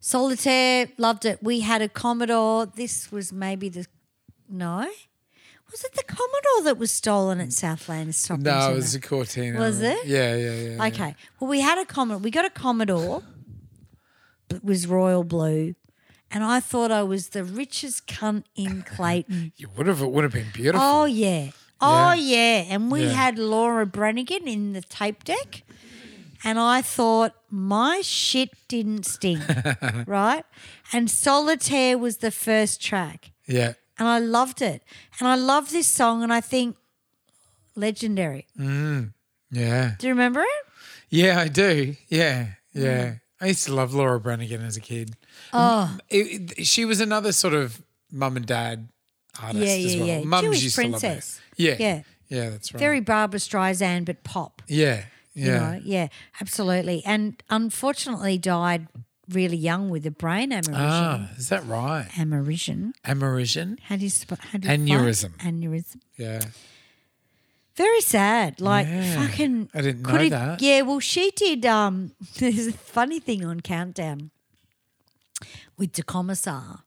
Speaker 1: Solitaire, loved it. We had a Commodore. This was maybe the no. Was it the Commodore that was stolen at Southland? Stockton
Speaker 3: No,
Speaker 1: Centre?
Speaker 3: it was a Cortina.
Speaker 1: Was it?
Speaker 3: Yeah, yeah, yeah. yeah.
Speaker 1: Okay. Well, we had a Commodore. We got a Commodore. It was royal blue. And I thought I was the richest cunt in Clayton.
Speaker 3: You would have. It would have been beautiful.
Speaker 1: oh, yeah. Oh,
Speaker 3: Yeah.
Speaker 1: yeah. And we
Speaker 3: Yeah.
Speaker 1: had Laura Branigan in the tape deck. And I thought my shit didn't stink, right? And Solitaire was the first track
Speaker 3: Yeah.
Speaker 1: and I loved it. And I love this song, and I think legendary.
Speaker 3: Yeah.
Speaker 1: Do you remember it?
Speaker 3: Yeah, I do. Yeah, yeah.
Speaker 1: Mm.
Speaker 3: I used to love Laura Branigan as a kid. Oh, she was another sort of mum and dad artist
Speaker 1: Yeah,
Speaker 3: as
Speaker 1: yeah,
Speaker 3: well.
Speaker 1: yeah.
Speaker 3: Mums
Speaker 1: Jewish
Speaker 3: used
Speaker 1: princess.
Speaker 3: to love her. Yeah,
Speaker 1: Yeah.
Speaker 3: yeah, that's right.
Speaker 1: Very Barbara Streisand, but pop.
Speaker 3: Yeah, yeah,
Speaker 1: Yeah. You know? Yeah, absolutely. And unformately died really young with a brain aneurysm.
Speaker 3: Ah, is that right?
Speaker 1: Aneurysm.
Speaker 3: Amerisian.
Speaker 1: How do you sp- how do you
Speaker 3: Aneurysm.
Speaker 1: find- Aneurysm.
Speaker 3: Yeah,
Speaker 1: Very sad. Like
Speaker 3: Yeah.
Speaker 1: fucking.
Speaker 3: I didn't know
Speaker 1: could've-
Speaker 3: that.
Speaker 1: Yeah, well, she did. Um, there's a funny thing on Countdown with the commissar,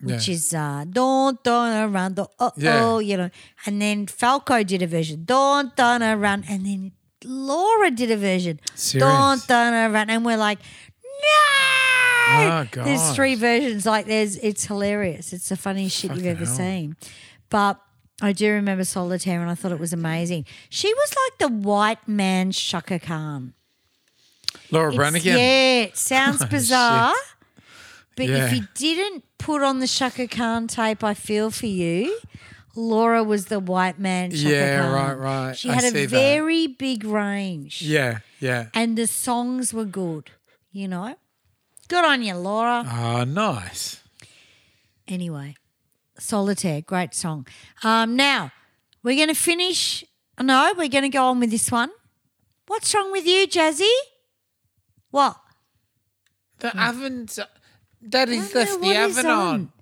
Speaker 1: which
Speaker 3: Yeah.
Speaker 1: is uh, don't don't around the oh
Speaker 3: Yeah.
Speaker 1: oh you know, and then Falco did a version don't don't around, and then Laura did a version
Speaker 3: Serious?
Speaker 1: don't don't around, and we're like. No,
Speaker 3: Oh,
Speaker 1: there's three
Speaker 3: gosh.
Speaker 1: versions. Like there's, it's hilarious. It's the funniest shit you've
Speaker 3: Fucking
Speaker 1: ever
Speaker 3: hell.
Speaker 1: seen. But I do remember Solitaire and I thought it was amazing. She was like the white man Shaka Khan.
Speaker 3: Laura
Speaker 1: It's-
Speaker 3: Branigan.
Speaker 1: Yeah, it sounds bizarre. But
Speaker 3: Oh, Yeah.
Speaker 1: if you didn't put on the Shaka Khan tape, I feel for you. Laura was the white man. Shaka
Speaker 3: Yeah,
Speaker 1: Khan.
Speaker 3: right, right.
Speaker 1: She
Speaker 3: I
Speaker 1: had
Speaker 3: see
Speaker 1: a
Speaker 3: that.
Speaker 1: very big range,
Speaker 3: yeah, yeah.
Speaker 1: and the songs were good. You know, good on you, Laura.
Speaker 3: Ah, nice.
Speaker 1: Anyway, Solitaire, great song. Um, now, we're going to finish. No, we're going to go on with this one. What's wrong with you, Jazzy? What?
Speaker 3: The oven's. That is
Speaker 1: Hmm. I
Speaker 3: that's
Speaker 1: don't know
Speaker 3: the
Speaker 1: what he's
Speaker 3: oven on.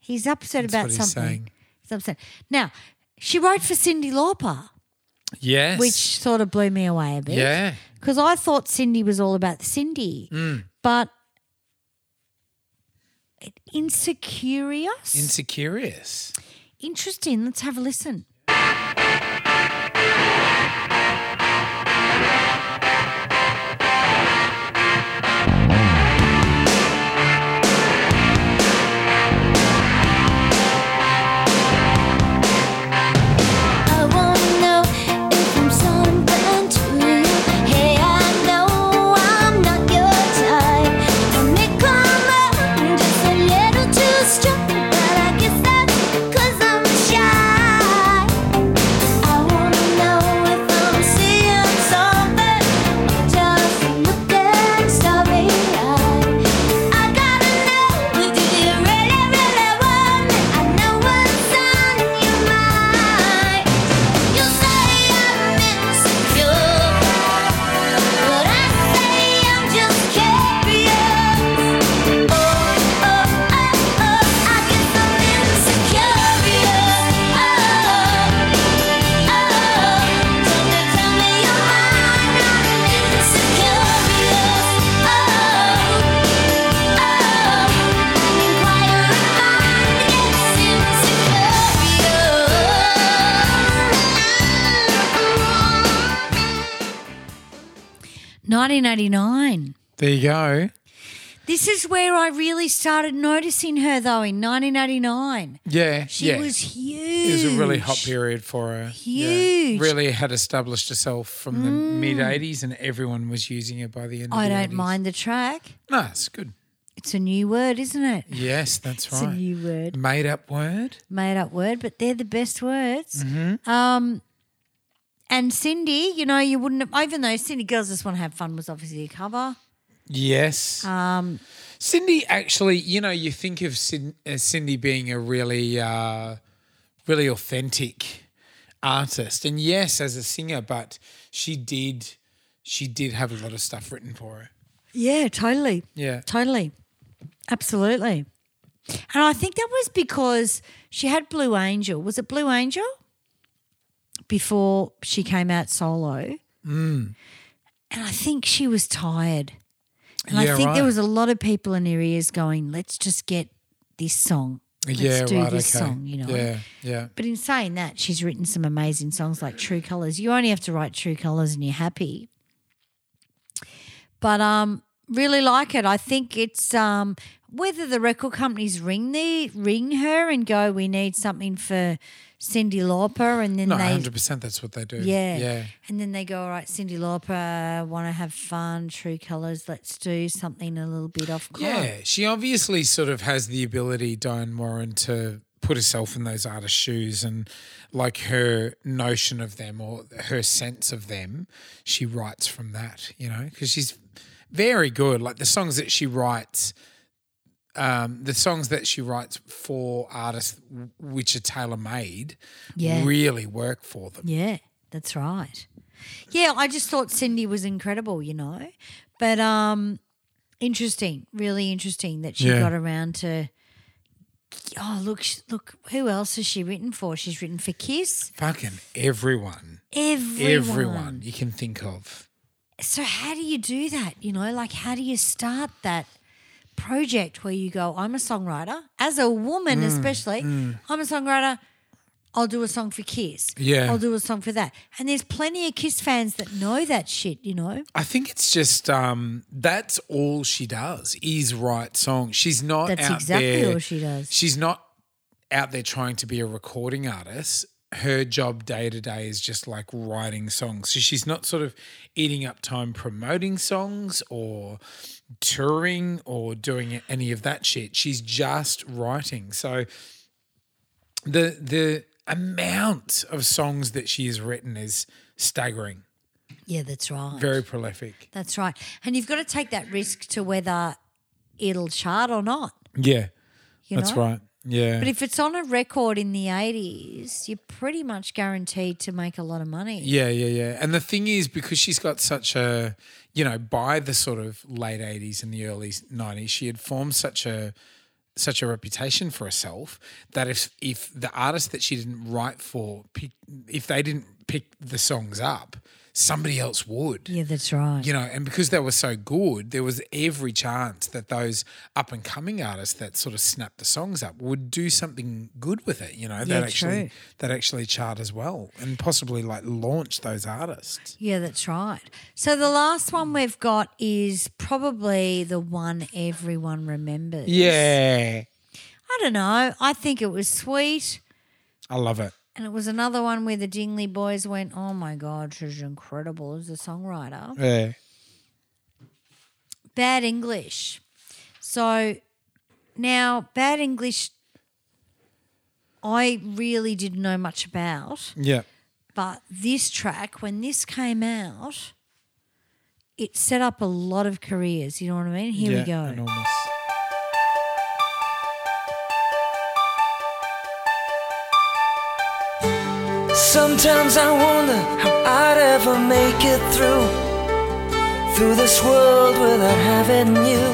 Speaker 1: He's upset
Speaker 3: That's
Speaker 1: about
Speaker 3: what he's
Speaker 1: something.
Speaker 3: saying.
Speaker 1: He's upset. Now, she wrote for Cindy Lauper,
Speaker 3: Yes.
Speaker 1: which sort of blew me away a bit.
Speaker 3: Yeah.
Speaker 1: Because I thought Cindy was all about Cindy.
Speaker 3: Hmm.
Speaker 1: But Insecurious?
Speaker 3: Insecurious.
Speaker 1: Interesting. Let's have a listen.
Speaker 6: I wanna know if I'm something to you. Hey, I know I'm not your type. I may come up just a little too strong, but I guess that's 'cause I'm shy. I wanna know if I'm seeing something or just looking starry-eyed. I gotta know, do you really, really want me? I know what's on your mind. You say I'm insecure, but I say I'm just curious. Oh, oh, oh, oh, I guess I'm insecurious. Oh.
Speaker 1: Nineteen eighty nine.
Speaker 3: There you go.
Speaker 1: This is where I really started noticing her, though, in 1989.
Speaker 3: Yeah,
Speaker 1: She
Speaker 3: yeah.
Speaker 1: was huge.
Speaker 3: It was a really hot period for her. Yeah.
Speaker 1: Huge. Mm.
Speaker 3: Really had established herself from the mid 80s, and everyone was using it by the end of
Speaker 1: I
Speaker 3: the
Speaker 1: don't
Speaker 3: 80s.
Speaker 1: mind the track.
Speaker 3: No, it's good.
Speaker 1: It's a new word, isn't it?
Speaker 3: Yes, that's
Speaker 1: It's
Speaker 3: right.
Speaker 1: a new word,
Speaker 3: Made up word.
Speaker 1: made up word, but they're the best words.
Speaker 3: Mm-hmm.
Speaker 1: Um, and Cindy, you know, you wouldn't have, even though Cindy Girls Just Want to Have Fun was obviously a cover.
Speaker 3: Yes.
Speaker 1: Um,
Speaker 3: Cindy, actually, you know, you think of Cin- uh, Cindy being a really, uh, really authentic artist, and yes, as a singer, but she did, she did have a lot of stuff written for her.
Speaker 1: yeah, totally.
Speaker 3: Yeah,
Speaker 1: Totally. Absolutely. And I think that was because she had Blue Angel. Was it Blue Angel? Before she came out solo. Mm. And I think she was tired. And
Speaker 3: Yeah,
Speaker 1: I think
Speaker 3: right.
Speaker 1: there was a lot of people in her ears going, let's just get this song. Let's
Speaker 3: yeah,
Speaker 1: do
Speaker 3: right,
Speaker 1: this
Speaker 3: okay.
Speaker 1: song, you know.
Speaker 3: Yeah, yeah,
Speaker 1: But in saying that, she's written some amazing songs like True Colors. You only have to write True Colors and you're happy. But um really like it. I think it's um whether the record companies ring the ring her and go, We need something for Cindy Lauper and then
Speaker 3: no,
Speaker 1: they
Speaker 3: hundred percent. That's what they do.
Speaker 1: yeah.
Speaker 3: yeah,
Speaker 1: And then they go, All right, Cindy Lauper, wanna have fun, true colours, let's do something a little bit off color.
Speaker 3: yeah. She obviously sort of has the ability, Diane Warren, to put herself in those artist shoes and like her notion of them or her sense of them, she writes from that, you know, because she's very good. Like the songs that she writes, um, the songs that she writes for artists w- which are tailor made
Speaker 1: Yeah.
Speaker 3: really work for them.
Speaker 1: Yeah, that's right. Yeah, I just thought Cindy was incredible, you know. But um interesting, really interesting that she
Speaker 3: Yeah.
Speaker 1: got around to Oh, look, sh- look, who else has she written for? She's written for Kiss.
Speaker 3: Fucking everyone,
Speaker 1: Everyone.
Speaker 3: everyone, you can think of.
Speaker 1: So how do you do that? You know, like how do you start that project where you go, I'm a songwriter, as a woman
Speaker 3: Mm,
Speaker 1: especially, I'm a songwriter. I'll do a song for Kiss.
Speaker 3: Yeah.
Speaker 1: I'll do a song for that. And there's plenty of Kiss fans that know that shit, you know.
Speaker 3: I think it's just um, that's all she does is write songs. She's not
Speaker 1: That's
Speaker 3: out
Speaker 1: exactly
Speaker 3: there-
Speaker 1: all she does.
Speaker 3: She's not out there trying to be a recording artist. Her job day to day is just like writing songs. So she's not sort of eating up time promoting songs or touring or doing any of that shit. She's just writing. So the the amount of songs that she has written is staggering.
Speaker 1: Yeah, that's right.
Speaker 3: Very prolific.
Speaker 1: that's right. And you've got to take that risk to whether it'll chart or not.
Speaker 3: Yeah.
Speaker 1: You
Speaker 3: That's
Speaker 1: know?
Speaker 3: right. Yeah.
Speaker 1: But if it's on a record in the 80s, you're pretty much guaranteed to make a lot of money.
Speaker 3: yeah, yeah, yeah. And the thing is, because she's got such a, you know, by the sort of late eighties and the early nineties, she had formed such a such a reputation for herself that if if the artist that she didn't write for, pick, if they didn't pick the songs up, somebody else would.
Speaker 1: Yeah, that's right.
Speaker 3: You know, and because they were so good, there was every chance that those up and coming artists that sort of snapped the songs up would do something good with it, you know, that
Speaker 1: Yeah,
Speaker 3: actually
Speaker 1: true.
Speaker 3: that actually chart as well and possibly like launch those artists.
Speaker 1: Yeah, that's right. So the last one we've got is probably the one everyone remembers.
Speaker 3: Yeah.
Speaker 1: I don't know. I think it was sweet.
Speaker 3: I love it.
Speaker 1: And it was another one where the Dingley boys went, Oh my God, she's incredible as a songwriter.
Speaker 3: Yeah.
Speaker 1: Bad English. So now, Bad English, I really didn't know much about.
Speaker 3: Yeah.
Speaker 1: But this track, when this came out, it set up a lot of careers. You know what I mean? Here
Speaker 3: yeah.
Speaker 1: we go.
Speaker 3: Enormous.
Speaker 4: Sometimes I wonder how I'd ever make it through through this world without having you.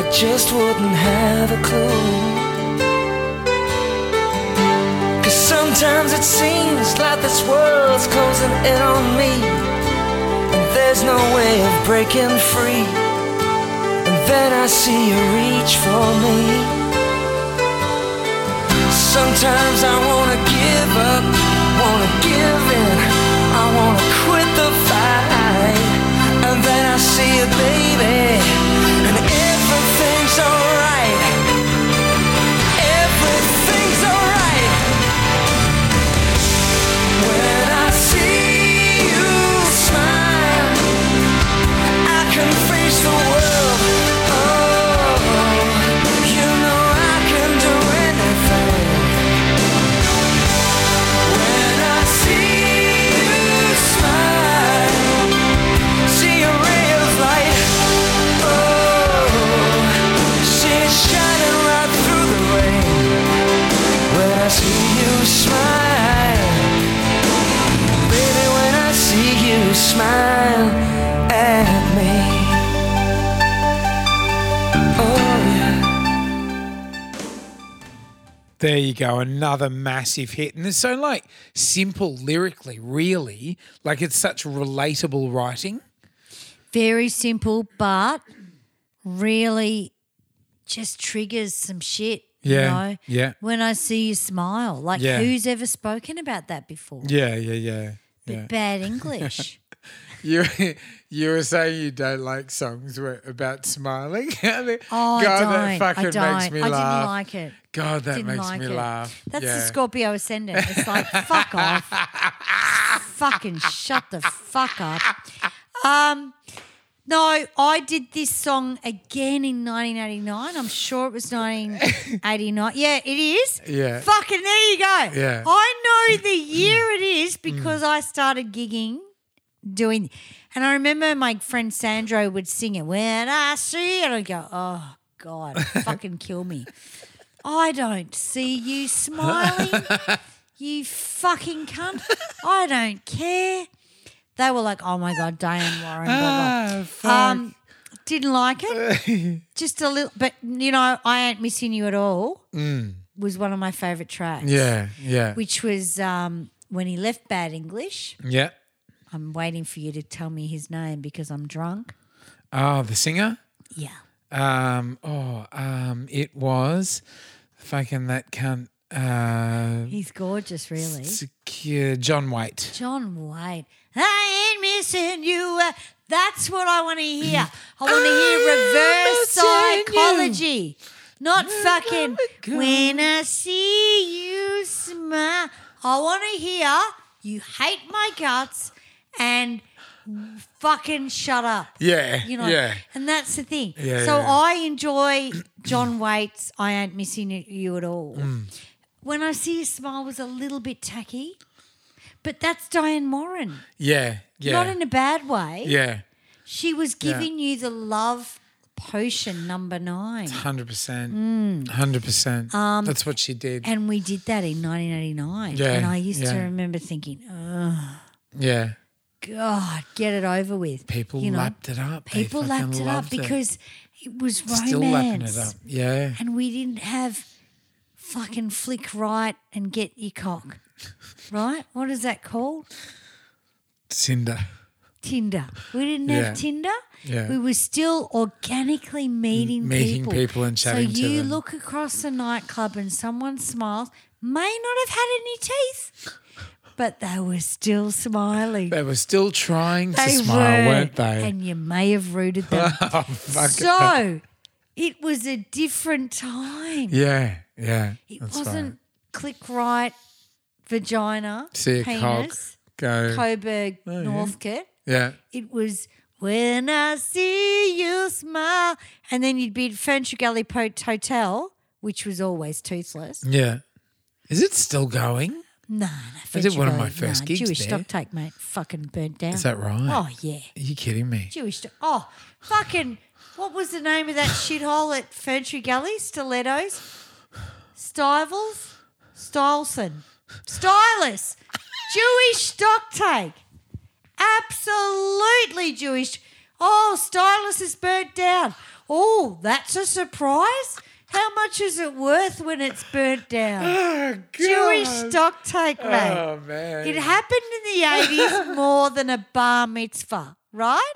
Speaker 4: I just wouldn't have a clue. Cause sometimes it seems like this world's closing in on me. And there's no way of breaking free. And then I see you reach for me. Sometimes I wanna give up, wanna give in, I wanna quit the fight, and then I see you, baby, and Oh. Oh, see you smile. Baby, when I see you smile at me. Oh, yeah.
Speaker 3: There you go, another massive hit. And it's so like simple lyrically, really. Like it's such relatable writing.
Speaker 1: Very simple, but really just triggers some shit.
Speaker 3: Yeah,
Speaker 1: You know?
Speaker 3: yeah.
Speaker 1: When I see you smile. Like
Speaker 3: Yeah.
Speaker 1: who's ever spoken about that before?
Speaker 3: Yeah, yeah, yeah.
Speaker 1: But bad English.
Speaker 3: You you were saying you don't like songs where, about smiling. oh,
Speaker 1: Oh, I
Speaker 3: God,
Speaker 1: don't.
Speaker 3: that
Speaker 1: I
Speaker 3: fucking
Speaker 1: don't.
Speaker 3: makes me
Speaker 1: I
Speaker 3: laugh.
Speaker 1: didn't like it.
Speaker 3: God, that
Speaker 1: didn't
Speaker 3: makes
Speaker 1: like
Speaker 3: me
Speaker 1: it.
Speaker 3: laugh.
Speaker 1: That's
Speaker 3: yeah.
Speaker 1: the Scorpio ascendant. It's like fuck off. Fucking shut the fuck up. Um, no, I did this song again in 1989. I'm sure it was 1989. Yeah, it is.
Speaker 3: Yeah.
Speaker 1: Fucking there you go.
Speaker 3: Yeah. Mm.
Speaker 1: I know the year it is because I started gigging doing. And I remember my friend Sandro would sing it when I see, and I'd go, "Oh God, fucking kill me! I don't see you smiling, you fucking cunt! I don't care." They were like, "Oh my God, Diane Warren." Blah,
Speaker 3: Ah,
Speaker 1: blah. Um, didn't like it, just a little. But you know, I ain't missing you at all. Was one of my favorite tracks.
Speaker 3: Mm. yeah, yeah,
Speaker 1: which was um, when he left Bad English.
Speaker 3: yeah.
Speaker 1: I'm waiting for you to tell me his name because I'm drunk.
Speaker 3: Oh, the singer.
Speaker 1: Yeah.
Speaker 3: Um, oh, um, it was fucking that cunt. Uh,
Speaker 1: He's gorgeous, really.
Speaker 3: secure John White.
Speaker 1: John White. I ain't missing you. Uh, That's what I want to hear. I want to hear reverse
Speaker 3: missing
Speaker 1: psychology. Not fucking when I see you smile. I want to hear you hate my guts and fucking shut up.
Speaker 3: Yeah,
Speaker 1: You know,
Speaker 3: yeah.
Speaker 1: and that's the thing.
Speaker 3: Yeah,
Speaker 1: so
Speaker 3: yeah, yeah.
Speaker 1: I enjoy John Waits. I ain't missing you at all.
Speaker 3: Mm.
Speaker 1: When I see you smile was a little bit tacky, but that's Diane Morin.
Speaker 3: Yeah, yeah,
Speaker 1: Not in a bad way.
Speaker 3: yeah.
Speaker 1: She was giving you the love potion number nine,
Speaker 3: Hundred percent, hundred percent. That's what she did.
Speaker 1: Mm. Um, and we did that in 1989.
Speaker 3: Yeah,
Speaker 1: and I used to
Speaker 3: yeah.
Speaker 1: remember thinking, "Oh
Speaker 3: Yeah,
Speaker 1: God, get it over with."
Speaker 3: people
Speaker 1: you know,
Speaker 3: lapped it up. They
Speaker 1: People
Speaker 3: fucking
Speaker 1: lapped it up
Speaker 3: loved
Speaker 1: because it was romance.
Speaker 3: still lapping it up. Yeah,
Speaker 1: and we didn't have fucking flick right and get your cock. Right? What is that called?
Speaker 3: Cinder.
Speaker 1: Tinder. We didn't
Speaker 3: Yeah.
Speaker 1: have Tinder.
Speaker 3: Yeah.
Speaker 1: We were still organically meeting
Speaker 3: meeting
Speaker 1: people.
Speaker 3: people and chatting
Speaker 1: So
Speaker 3: to
Speaker 1: you
Speaker 3: them.
Speaker 1: look across the nightclub and someone smiles, may not have had any teeth, but they were still smiling.
Speaker 3: They were still trying to smile, were. not they? Oh,
Speaker 1: And you may have rooted them. so it was a different time.
Speaker 3: yeah, yeah.
Speaker 1: It
Speaker 3: that's right.
Speaker 1: wasn't click right, vagina,
Speaker 3: see a Oh, cock
Speaker 1: penis,
Speaker 3: go.
Speaker 1: Coburg, Northcote.
Speaker 3: Yeah,
Speaker 1: It was when I see you smile. And then you'd be at Furniture Galley Po- Hotel, which was always toothless.
Speaker 3: yeah. Is it still going?
Speaker 1: No, no.
Speaker 3: I did
Speaker 1: Furniture
Speaker 3: one of
Speaker 1: Galley,
Speaker 3: my first
Speaker 1: no,
Speaker 3: gigs
Speaker 1: Jewish
Speaker 3: there.
Speaker 1: stocktake, mate, fucking burnt down.
Speaker 3: Is that right?
Speaker 1: Oh, yeah.
Speaker 3: Are you kidding me?
Speaker 1: Jewish. Stock- oh, fucking. What was the name of that shithole at Furniture Galley? Stilettos? Stivals? Styleson? Stylus? Jewish stock take. Absolutely Jewish. Oh, Stylus is burnt down. Oh, that's a surprise. How much is it worth when it's burnt down? Jewish stock take, mate.
Speaker 3: Ah, Oh man.
Speaker 1: It happened in the eighties more than a bar mitzvah, right?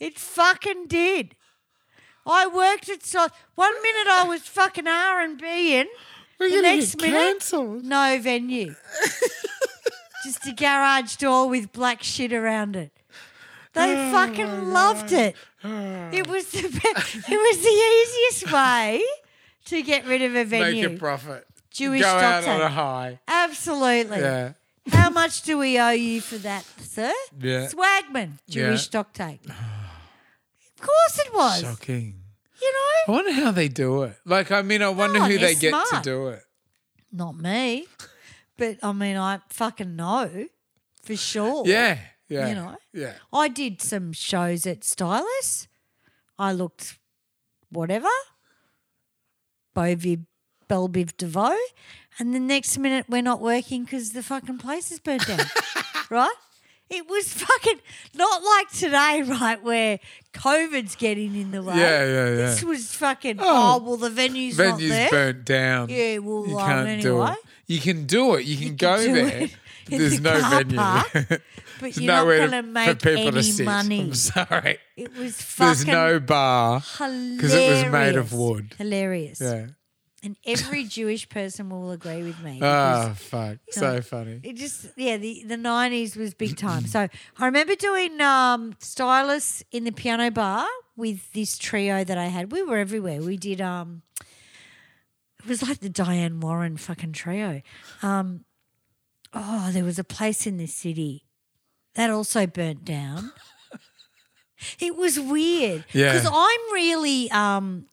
Speaker 1: It fucking did. I worked at so one minute I was fucking R and B in, the next minute
Speaker 3: cancelled.
Speaker 1: no venue, just a garage door with black shit around it. They fucking loved it. It was the be- it was the easiest way to get rid of a
Speaker 3: Make
Speaker 1: venue.
Speaker 3: a profit.
Speaker 1: Jewish
Speaker 3: go out
Speaker 1: doctor.
Speaker 3: on a high.
Speaker 1: Absolutely.
Speaker 3: Yeah.
Speaker 1: How much do we owe you for that, sir?
Speaker 3: Yeah.
Speaker 1: Swagman, Jewish
Speaker 3: Yeah.
Speaker 1: stock take. Of course it was.
Speaker 3: Shocking.
Speaker 1: You
Speaker 3: I
Speaker 1: know,
Speaker 3: wonder how they do it. Like, I mean, I wonder
Speaker 1: No,
Speaker 3: who they
Speaker 1: Oh, they're
Speaker 3: get to
Speaker 1: smart.
Speaker 3: do it.
Speaker 1: not me, but I mean, I fucking know for sure.
Speaker 3: Yeah. Yeah.
Speaker 1: You know.
Speaker 3: Yeah.
Speaker 1: I did some shows at Stylus. I looked whatever, Boviv, Belviv DeVoe. And the next minute, we're not working because the fucking place is burnt down, right? It was fucking not like today, right, where COVID's getting in the way.
Speaker 3: Yeah, yeah, yeah.
Speaker 1: This was fucking,
Speaker 3: Oh.
Speaker 1: oh, well, the venue's, not
Speaker 3: Venue's
Speaker 1: there.
Speaker 3: burnt down.
Speaker 1: Yeah, well,
Speaker 3: you
Speaker 1: um,
Speaker 3: can't do
Speaker 1: anyway.
Speaker 3: it. You can do it. You can, go
Speaker 1: do
Speaker 3: there.
Speaker 1: it in
Speaker 3: There's
Speaker 1: the
Speaker 3: no
Speaker 1: car
Speaker 3: venue.
Speaker 1: park,
Speaker 3: There's
Speaker 1: But you're not
Speaker 3: nowhere
Speaker 1: going to make
Speaker 3: for people to
Speaker 1: any
Speaker 3: sit.
Speaker 1: money.
Speaker 3: I'm sorry.
Speaker 1: It was
Speaker 3: There's
Speaker 1: fucking
Speaker 3: no bar.
Speaker 1: hilarious.
Speaker 3: 'cause it was made of wood.
Speaker 1: Hilarious.
Speaker 3: Yeah.
Speaker 1: And every Jewish person will agree with me. because
Speaker 3: Oh, fuck. So funny.
Speaker 1: It just yeah, the the nineties was big time. So I remember doing um stylus in the piano bar with this trio that I had. We were everywhere. We did um it was like the Diane Warren fucking trio. Um oh, there was a place in the city that also burnt down. it was weird.
Speaker 3: Yeah.
Speaker 1: Because I'm really um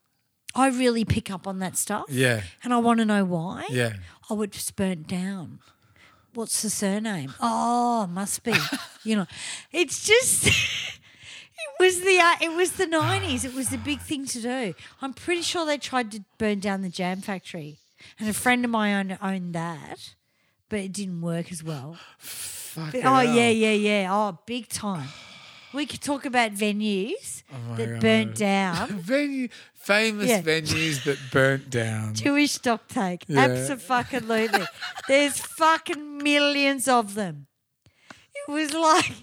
Speaker 1: I really pick up on that stuff.
Speaker 3: Yeah.
Speaker 1: And I want to know why.
Speaker 3: Yeah.
Speaker 1: Oh, it just burnt down. What's the surname? Oh, must be. you know, it's just. it was the uh, it was the nineties. It was the big thing to do. I'm pretty sure they tried to burn down the jam factory, and a friend of mine owned, owned that, but it didn't work as well.
Speaker 3: Fucking
Speaker 1: But- oh
Speaker 3: hell.
Speaker 1: yeah, yeah, yeah. Oh, big time. We could talk about venues
Speaker 3: Oh
Speaker 1: that burnt down.
Speaker 3: Venue, famous
Speaker 1: Yeah.
Speaker 3: venues that burnt down.
Speaker 1: Jewish stock take.
Speaker 3: Yeah.
Speaker 1: Absolutely. There's fucking millions of them. It was like,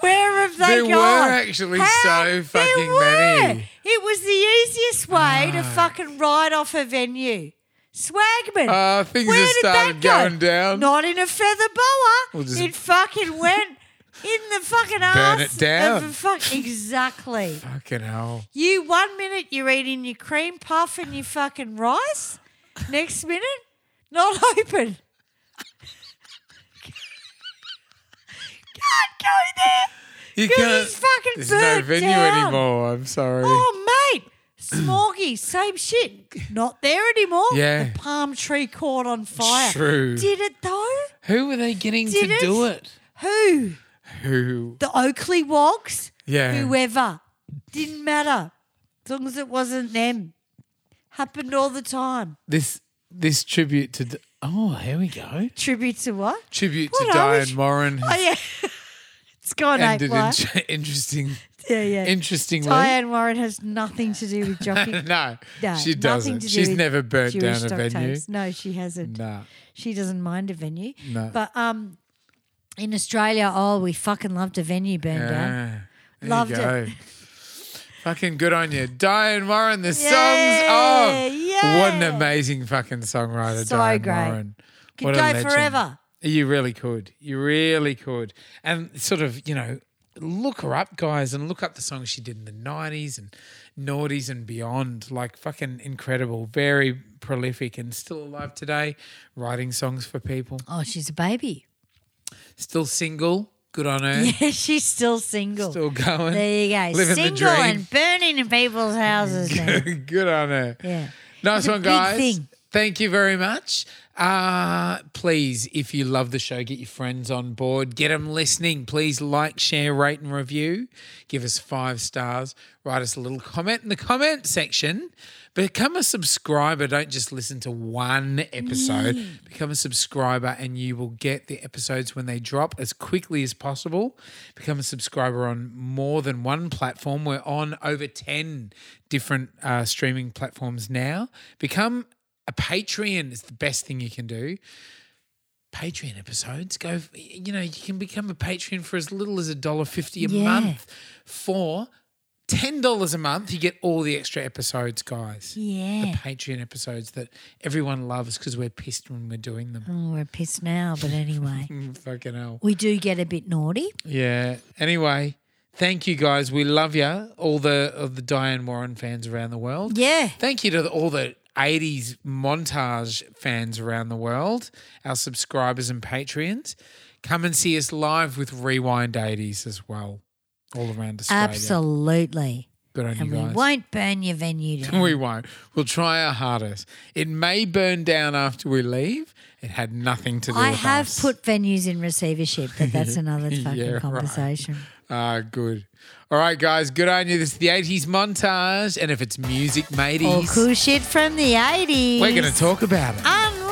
Speaker 1: where have they
Speaker 3: There were
Speaker 1: gone?
Speaker 3: actually so
Speaker 1: there
Speaker 3: fucking
Speaker 1: were.
Speaker 3: many. Ah.
Speaker 1: It was the easiest way to fucking ride off a venue. Swagman.
Speaker 3: Uh, things
Speaker 1: where
Speaker 3: have
Speaker 1: did
Speaker 3: started
Speaker 1: that go?
Speaker 3: going down.
Speaker 1: Not in a feather boa.
Speaker 3: We'll just-
Speaker 1: it fucking went in the fucking ass.
Speaker 3: it down.
Speaker 1: Of a fuck- exactly.
Speaker 3: Fucking hell.
Speaker 1: You one minute you're eating your cream puff and your fucking rice. Next minute, not open. Can't go there.
Speaker 3: You
Speaker 1: Because
Speaker 3: can't.
Speaker 1: it's fucking
Speaker 3: there's
Speaker 1: burnt
Speaker 3: no venue
Speaker 1: down.
Speaker 3: anymore. I'm sorry.
Speaker 1: Oh mate. Smoggy, same shit. Not there anymore.
Speaker 3: Yeah.
Speaker 1: The palm tree caught on fire.
Speaker 3: True.
Speaker 1: Did it though?
Speaker 3: Who were they getting
Speaker 1: Did
Speaker 3: to
Speaker 1: it?
Speaker 3: do it?
Speaker 1: Who?
Speaker 3: Who?
Speaker 1: The Oakley Wogs?
Speaker 3: Yeah.
Speaker 1: Whoever. Didn't matter. As long as it wasn't them. Happened all the time.
Speaker 3: This this tribute to. D- oh, here we go.
Speaker 1: Tribute to what?
Speaker 3: Tribute
Speaker 1: What
Speaker 3: to
Speaker 1: are we-
Speaker 3: Diane Morin.
Speaker 1: Oh yeah. it's gone eight
Speaker 3: ended in
Speaker 1: wide.
Speaker 3: interesting.
Speaker 1: Yeah, yeah.
Speaker 3: Interestingly.
Speaker 1: Diane Warren has nothing to do with jockey.
Speaker 3: no,
Speaker 1: No,
Speaker 3: she
Speaker 1: nothing
Speaker 3: doesn't.
Speaker 1: to do
Speaker 3: She's
Speaker 1: with
Speaker 3: never burnt
Speaker 1: Jewish
Speaker 3: down a
Speaker 1: stock
Speaker 3: venue.
Speaker 1: takes. No, she hasn't.
Speaker 3: Nah.
Speaker 1: She doesn't mind a venue.
Speaker 3: No.
Speaker 1: But um, in Australia, oh, we fucking loved a venue burn down.
Speaker 3: Ah, there
Speaker 1: uh, Loved
Speaker 3: you
Speaker 1: it.
Speaker 3: go. fucking good on you, Diane Warren. The
Speaker 1: Yeah,
Speaker 3: songs of
Speaker 1: yeah.
Speaker 3: what an amazing fucking songwriter,
Speaker 1: So
Speaker 3: Diane
Speaker 1: great.
Speaker 3: Warren.
Speaker 1: Could
Speaker 3: What a
Speaker 1: go
Speaker 3: legend.
Speaker 1: forever.
Speaker 3: You really could. You really could. And sort of, you know, look her up, guys, and look up the songs she did in the 90s and noughties and beyond. Like, fucking incredible. Very prolific and still alive today, writing songs for people.
Speaker 1: Oh, she's a baby.
Speaker 3: Still single. Good on her.
Speaker 1: Yeah, she's still single.
Speaker 3: Still going.
Speaker 1: there you go.
Speaker 3: Living
Speaker 1: single
Speaker 3: the dream.
Speaker 1: and burning in people's houses now.
Speaker 3: Good on her.
Speaker 1: Yeah.
Speaker 3: Nice
Speaker 1: It's a
Speaker 3: one,
Speaker 1: big
Speaker 3: guys.
Speaker 1: thing.
Speaker 3: Thank you very much. Uh, please, if you love the show, get your friends on board. Get them listening. Please like, share, rate, and review. Give us five stars. Write us a little comment in the comment section. Become a subscriber. Don't just listen to one episode. Become a subscriber, and you will get the episodes when they drop as quickly as possible. Become a subscriber on more than one platform. We're on over 10 different uh, streaming platforms now. Become a Patreon is the best thing you can do. Patreon episodes go, you know, you can become a Patreon for as little as a dollar fifty a
Speaker 1: Yeah.
Speaker 3: month. For ten dollars a month, you get all the extra episodes, guys.
Speaker 1: Yeah.
Speaker 3: The Patreon episodes that everyone loves because we're pissed when we're doing them.
Speaker 1: Oh, we're pissed now, but anyway.
Speaker 3: Fucking hell.
Speaker 1: we do get a bit naughty.
Speaker 3: Yeah. Anyway, thank you guys. We love you, all the of the Diane Warren fans around the world.
Speaker 1: Yeah.
Speaker 3: Thank you to the- all the 80s montage fans around the world, our subscribers and Patreons. Come and see us live with Rewind 80s as well, all around Australia.
Speaker 1: Absolutely.
Speaker 3: Good on
Speaker 1: And
Speaker 3: you
Speaker 1: we
Speaker 3: guys.
Speaker 1: won't burn your venue down.
Speaker 3: We won't. We'll try our hardest. It may burn down after we leave. It had nothing to do
Speaker 1: I
Speaker 3: with
Speaker 1: have
Speaker 3: us.
Speaker 1: put venues in receivership, but that's another
Speaker 3: Yeah,
Speaker 1: fucking
Speaker 3: right.
Speaker 1: conversation.
Speaker 3: Ah, good. All right, guys. Good on you. This is the 80s montage. And if it's music, mateys,
Speaker 1: Oh, All cool shit from the 80s.
Speaker 3: we're going to talk about it.
Speaker 1: Unreal.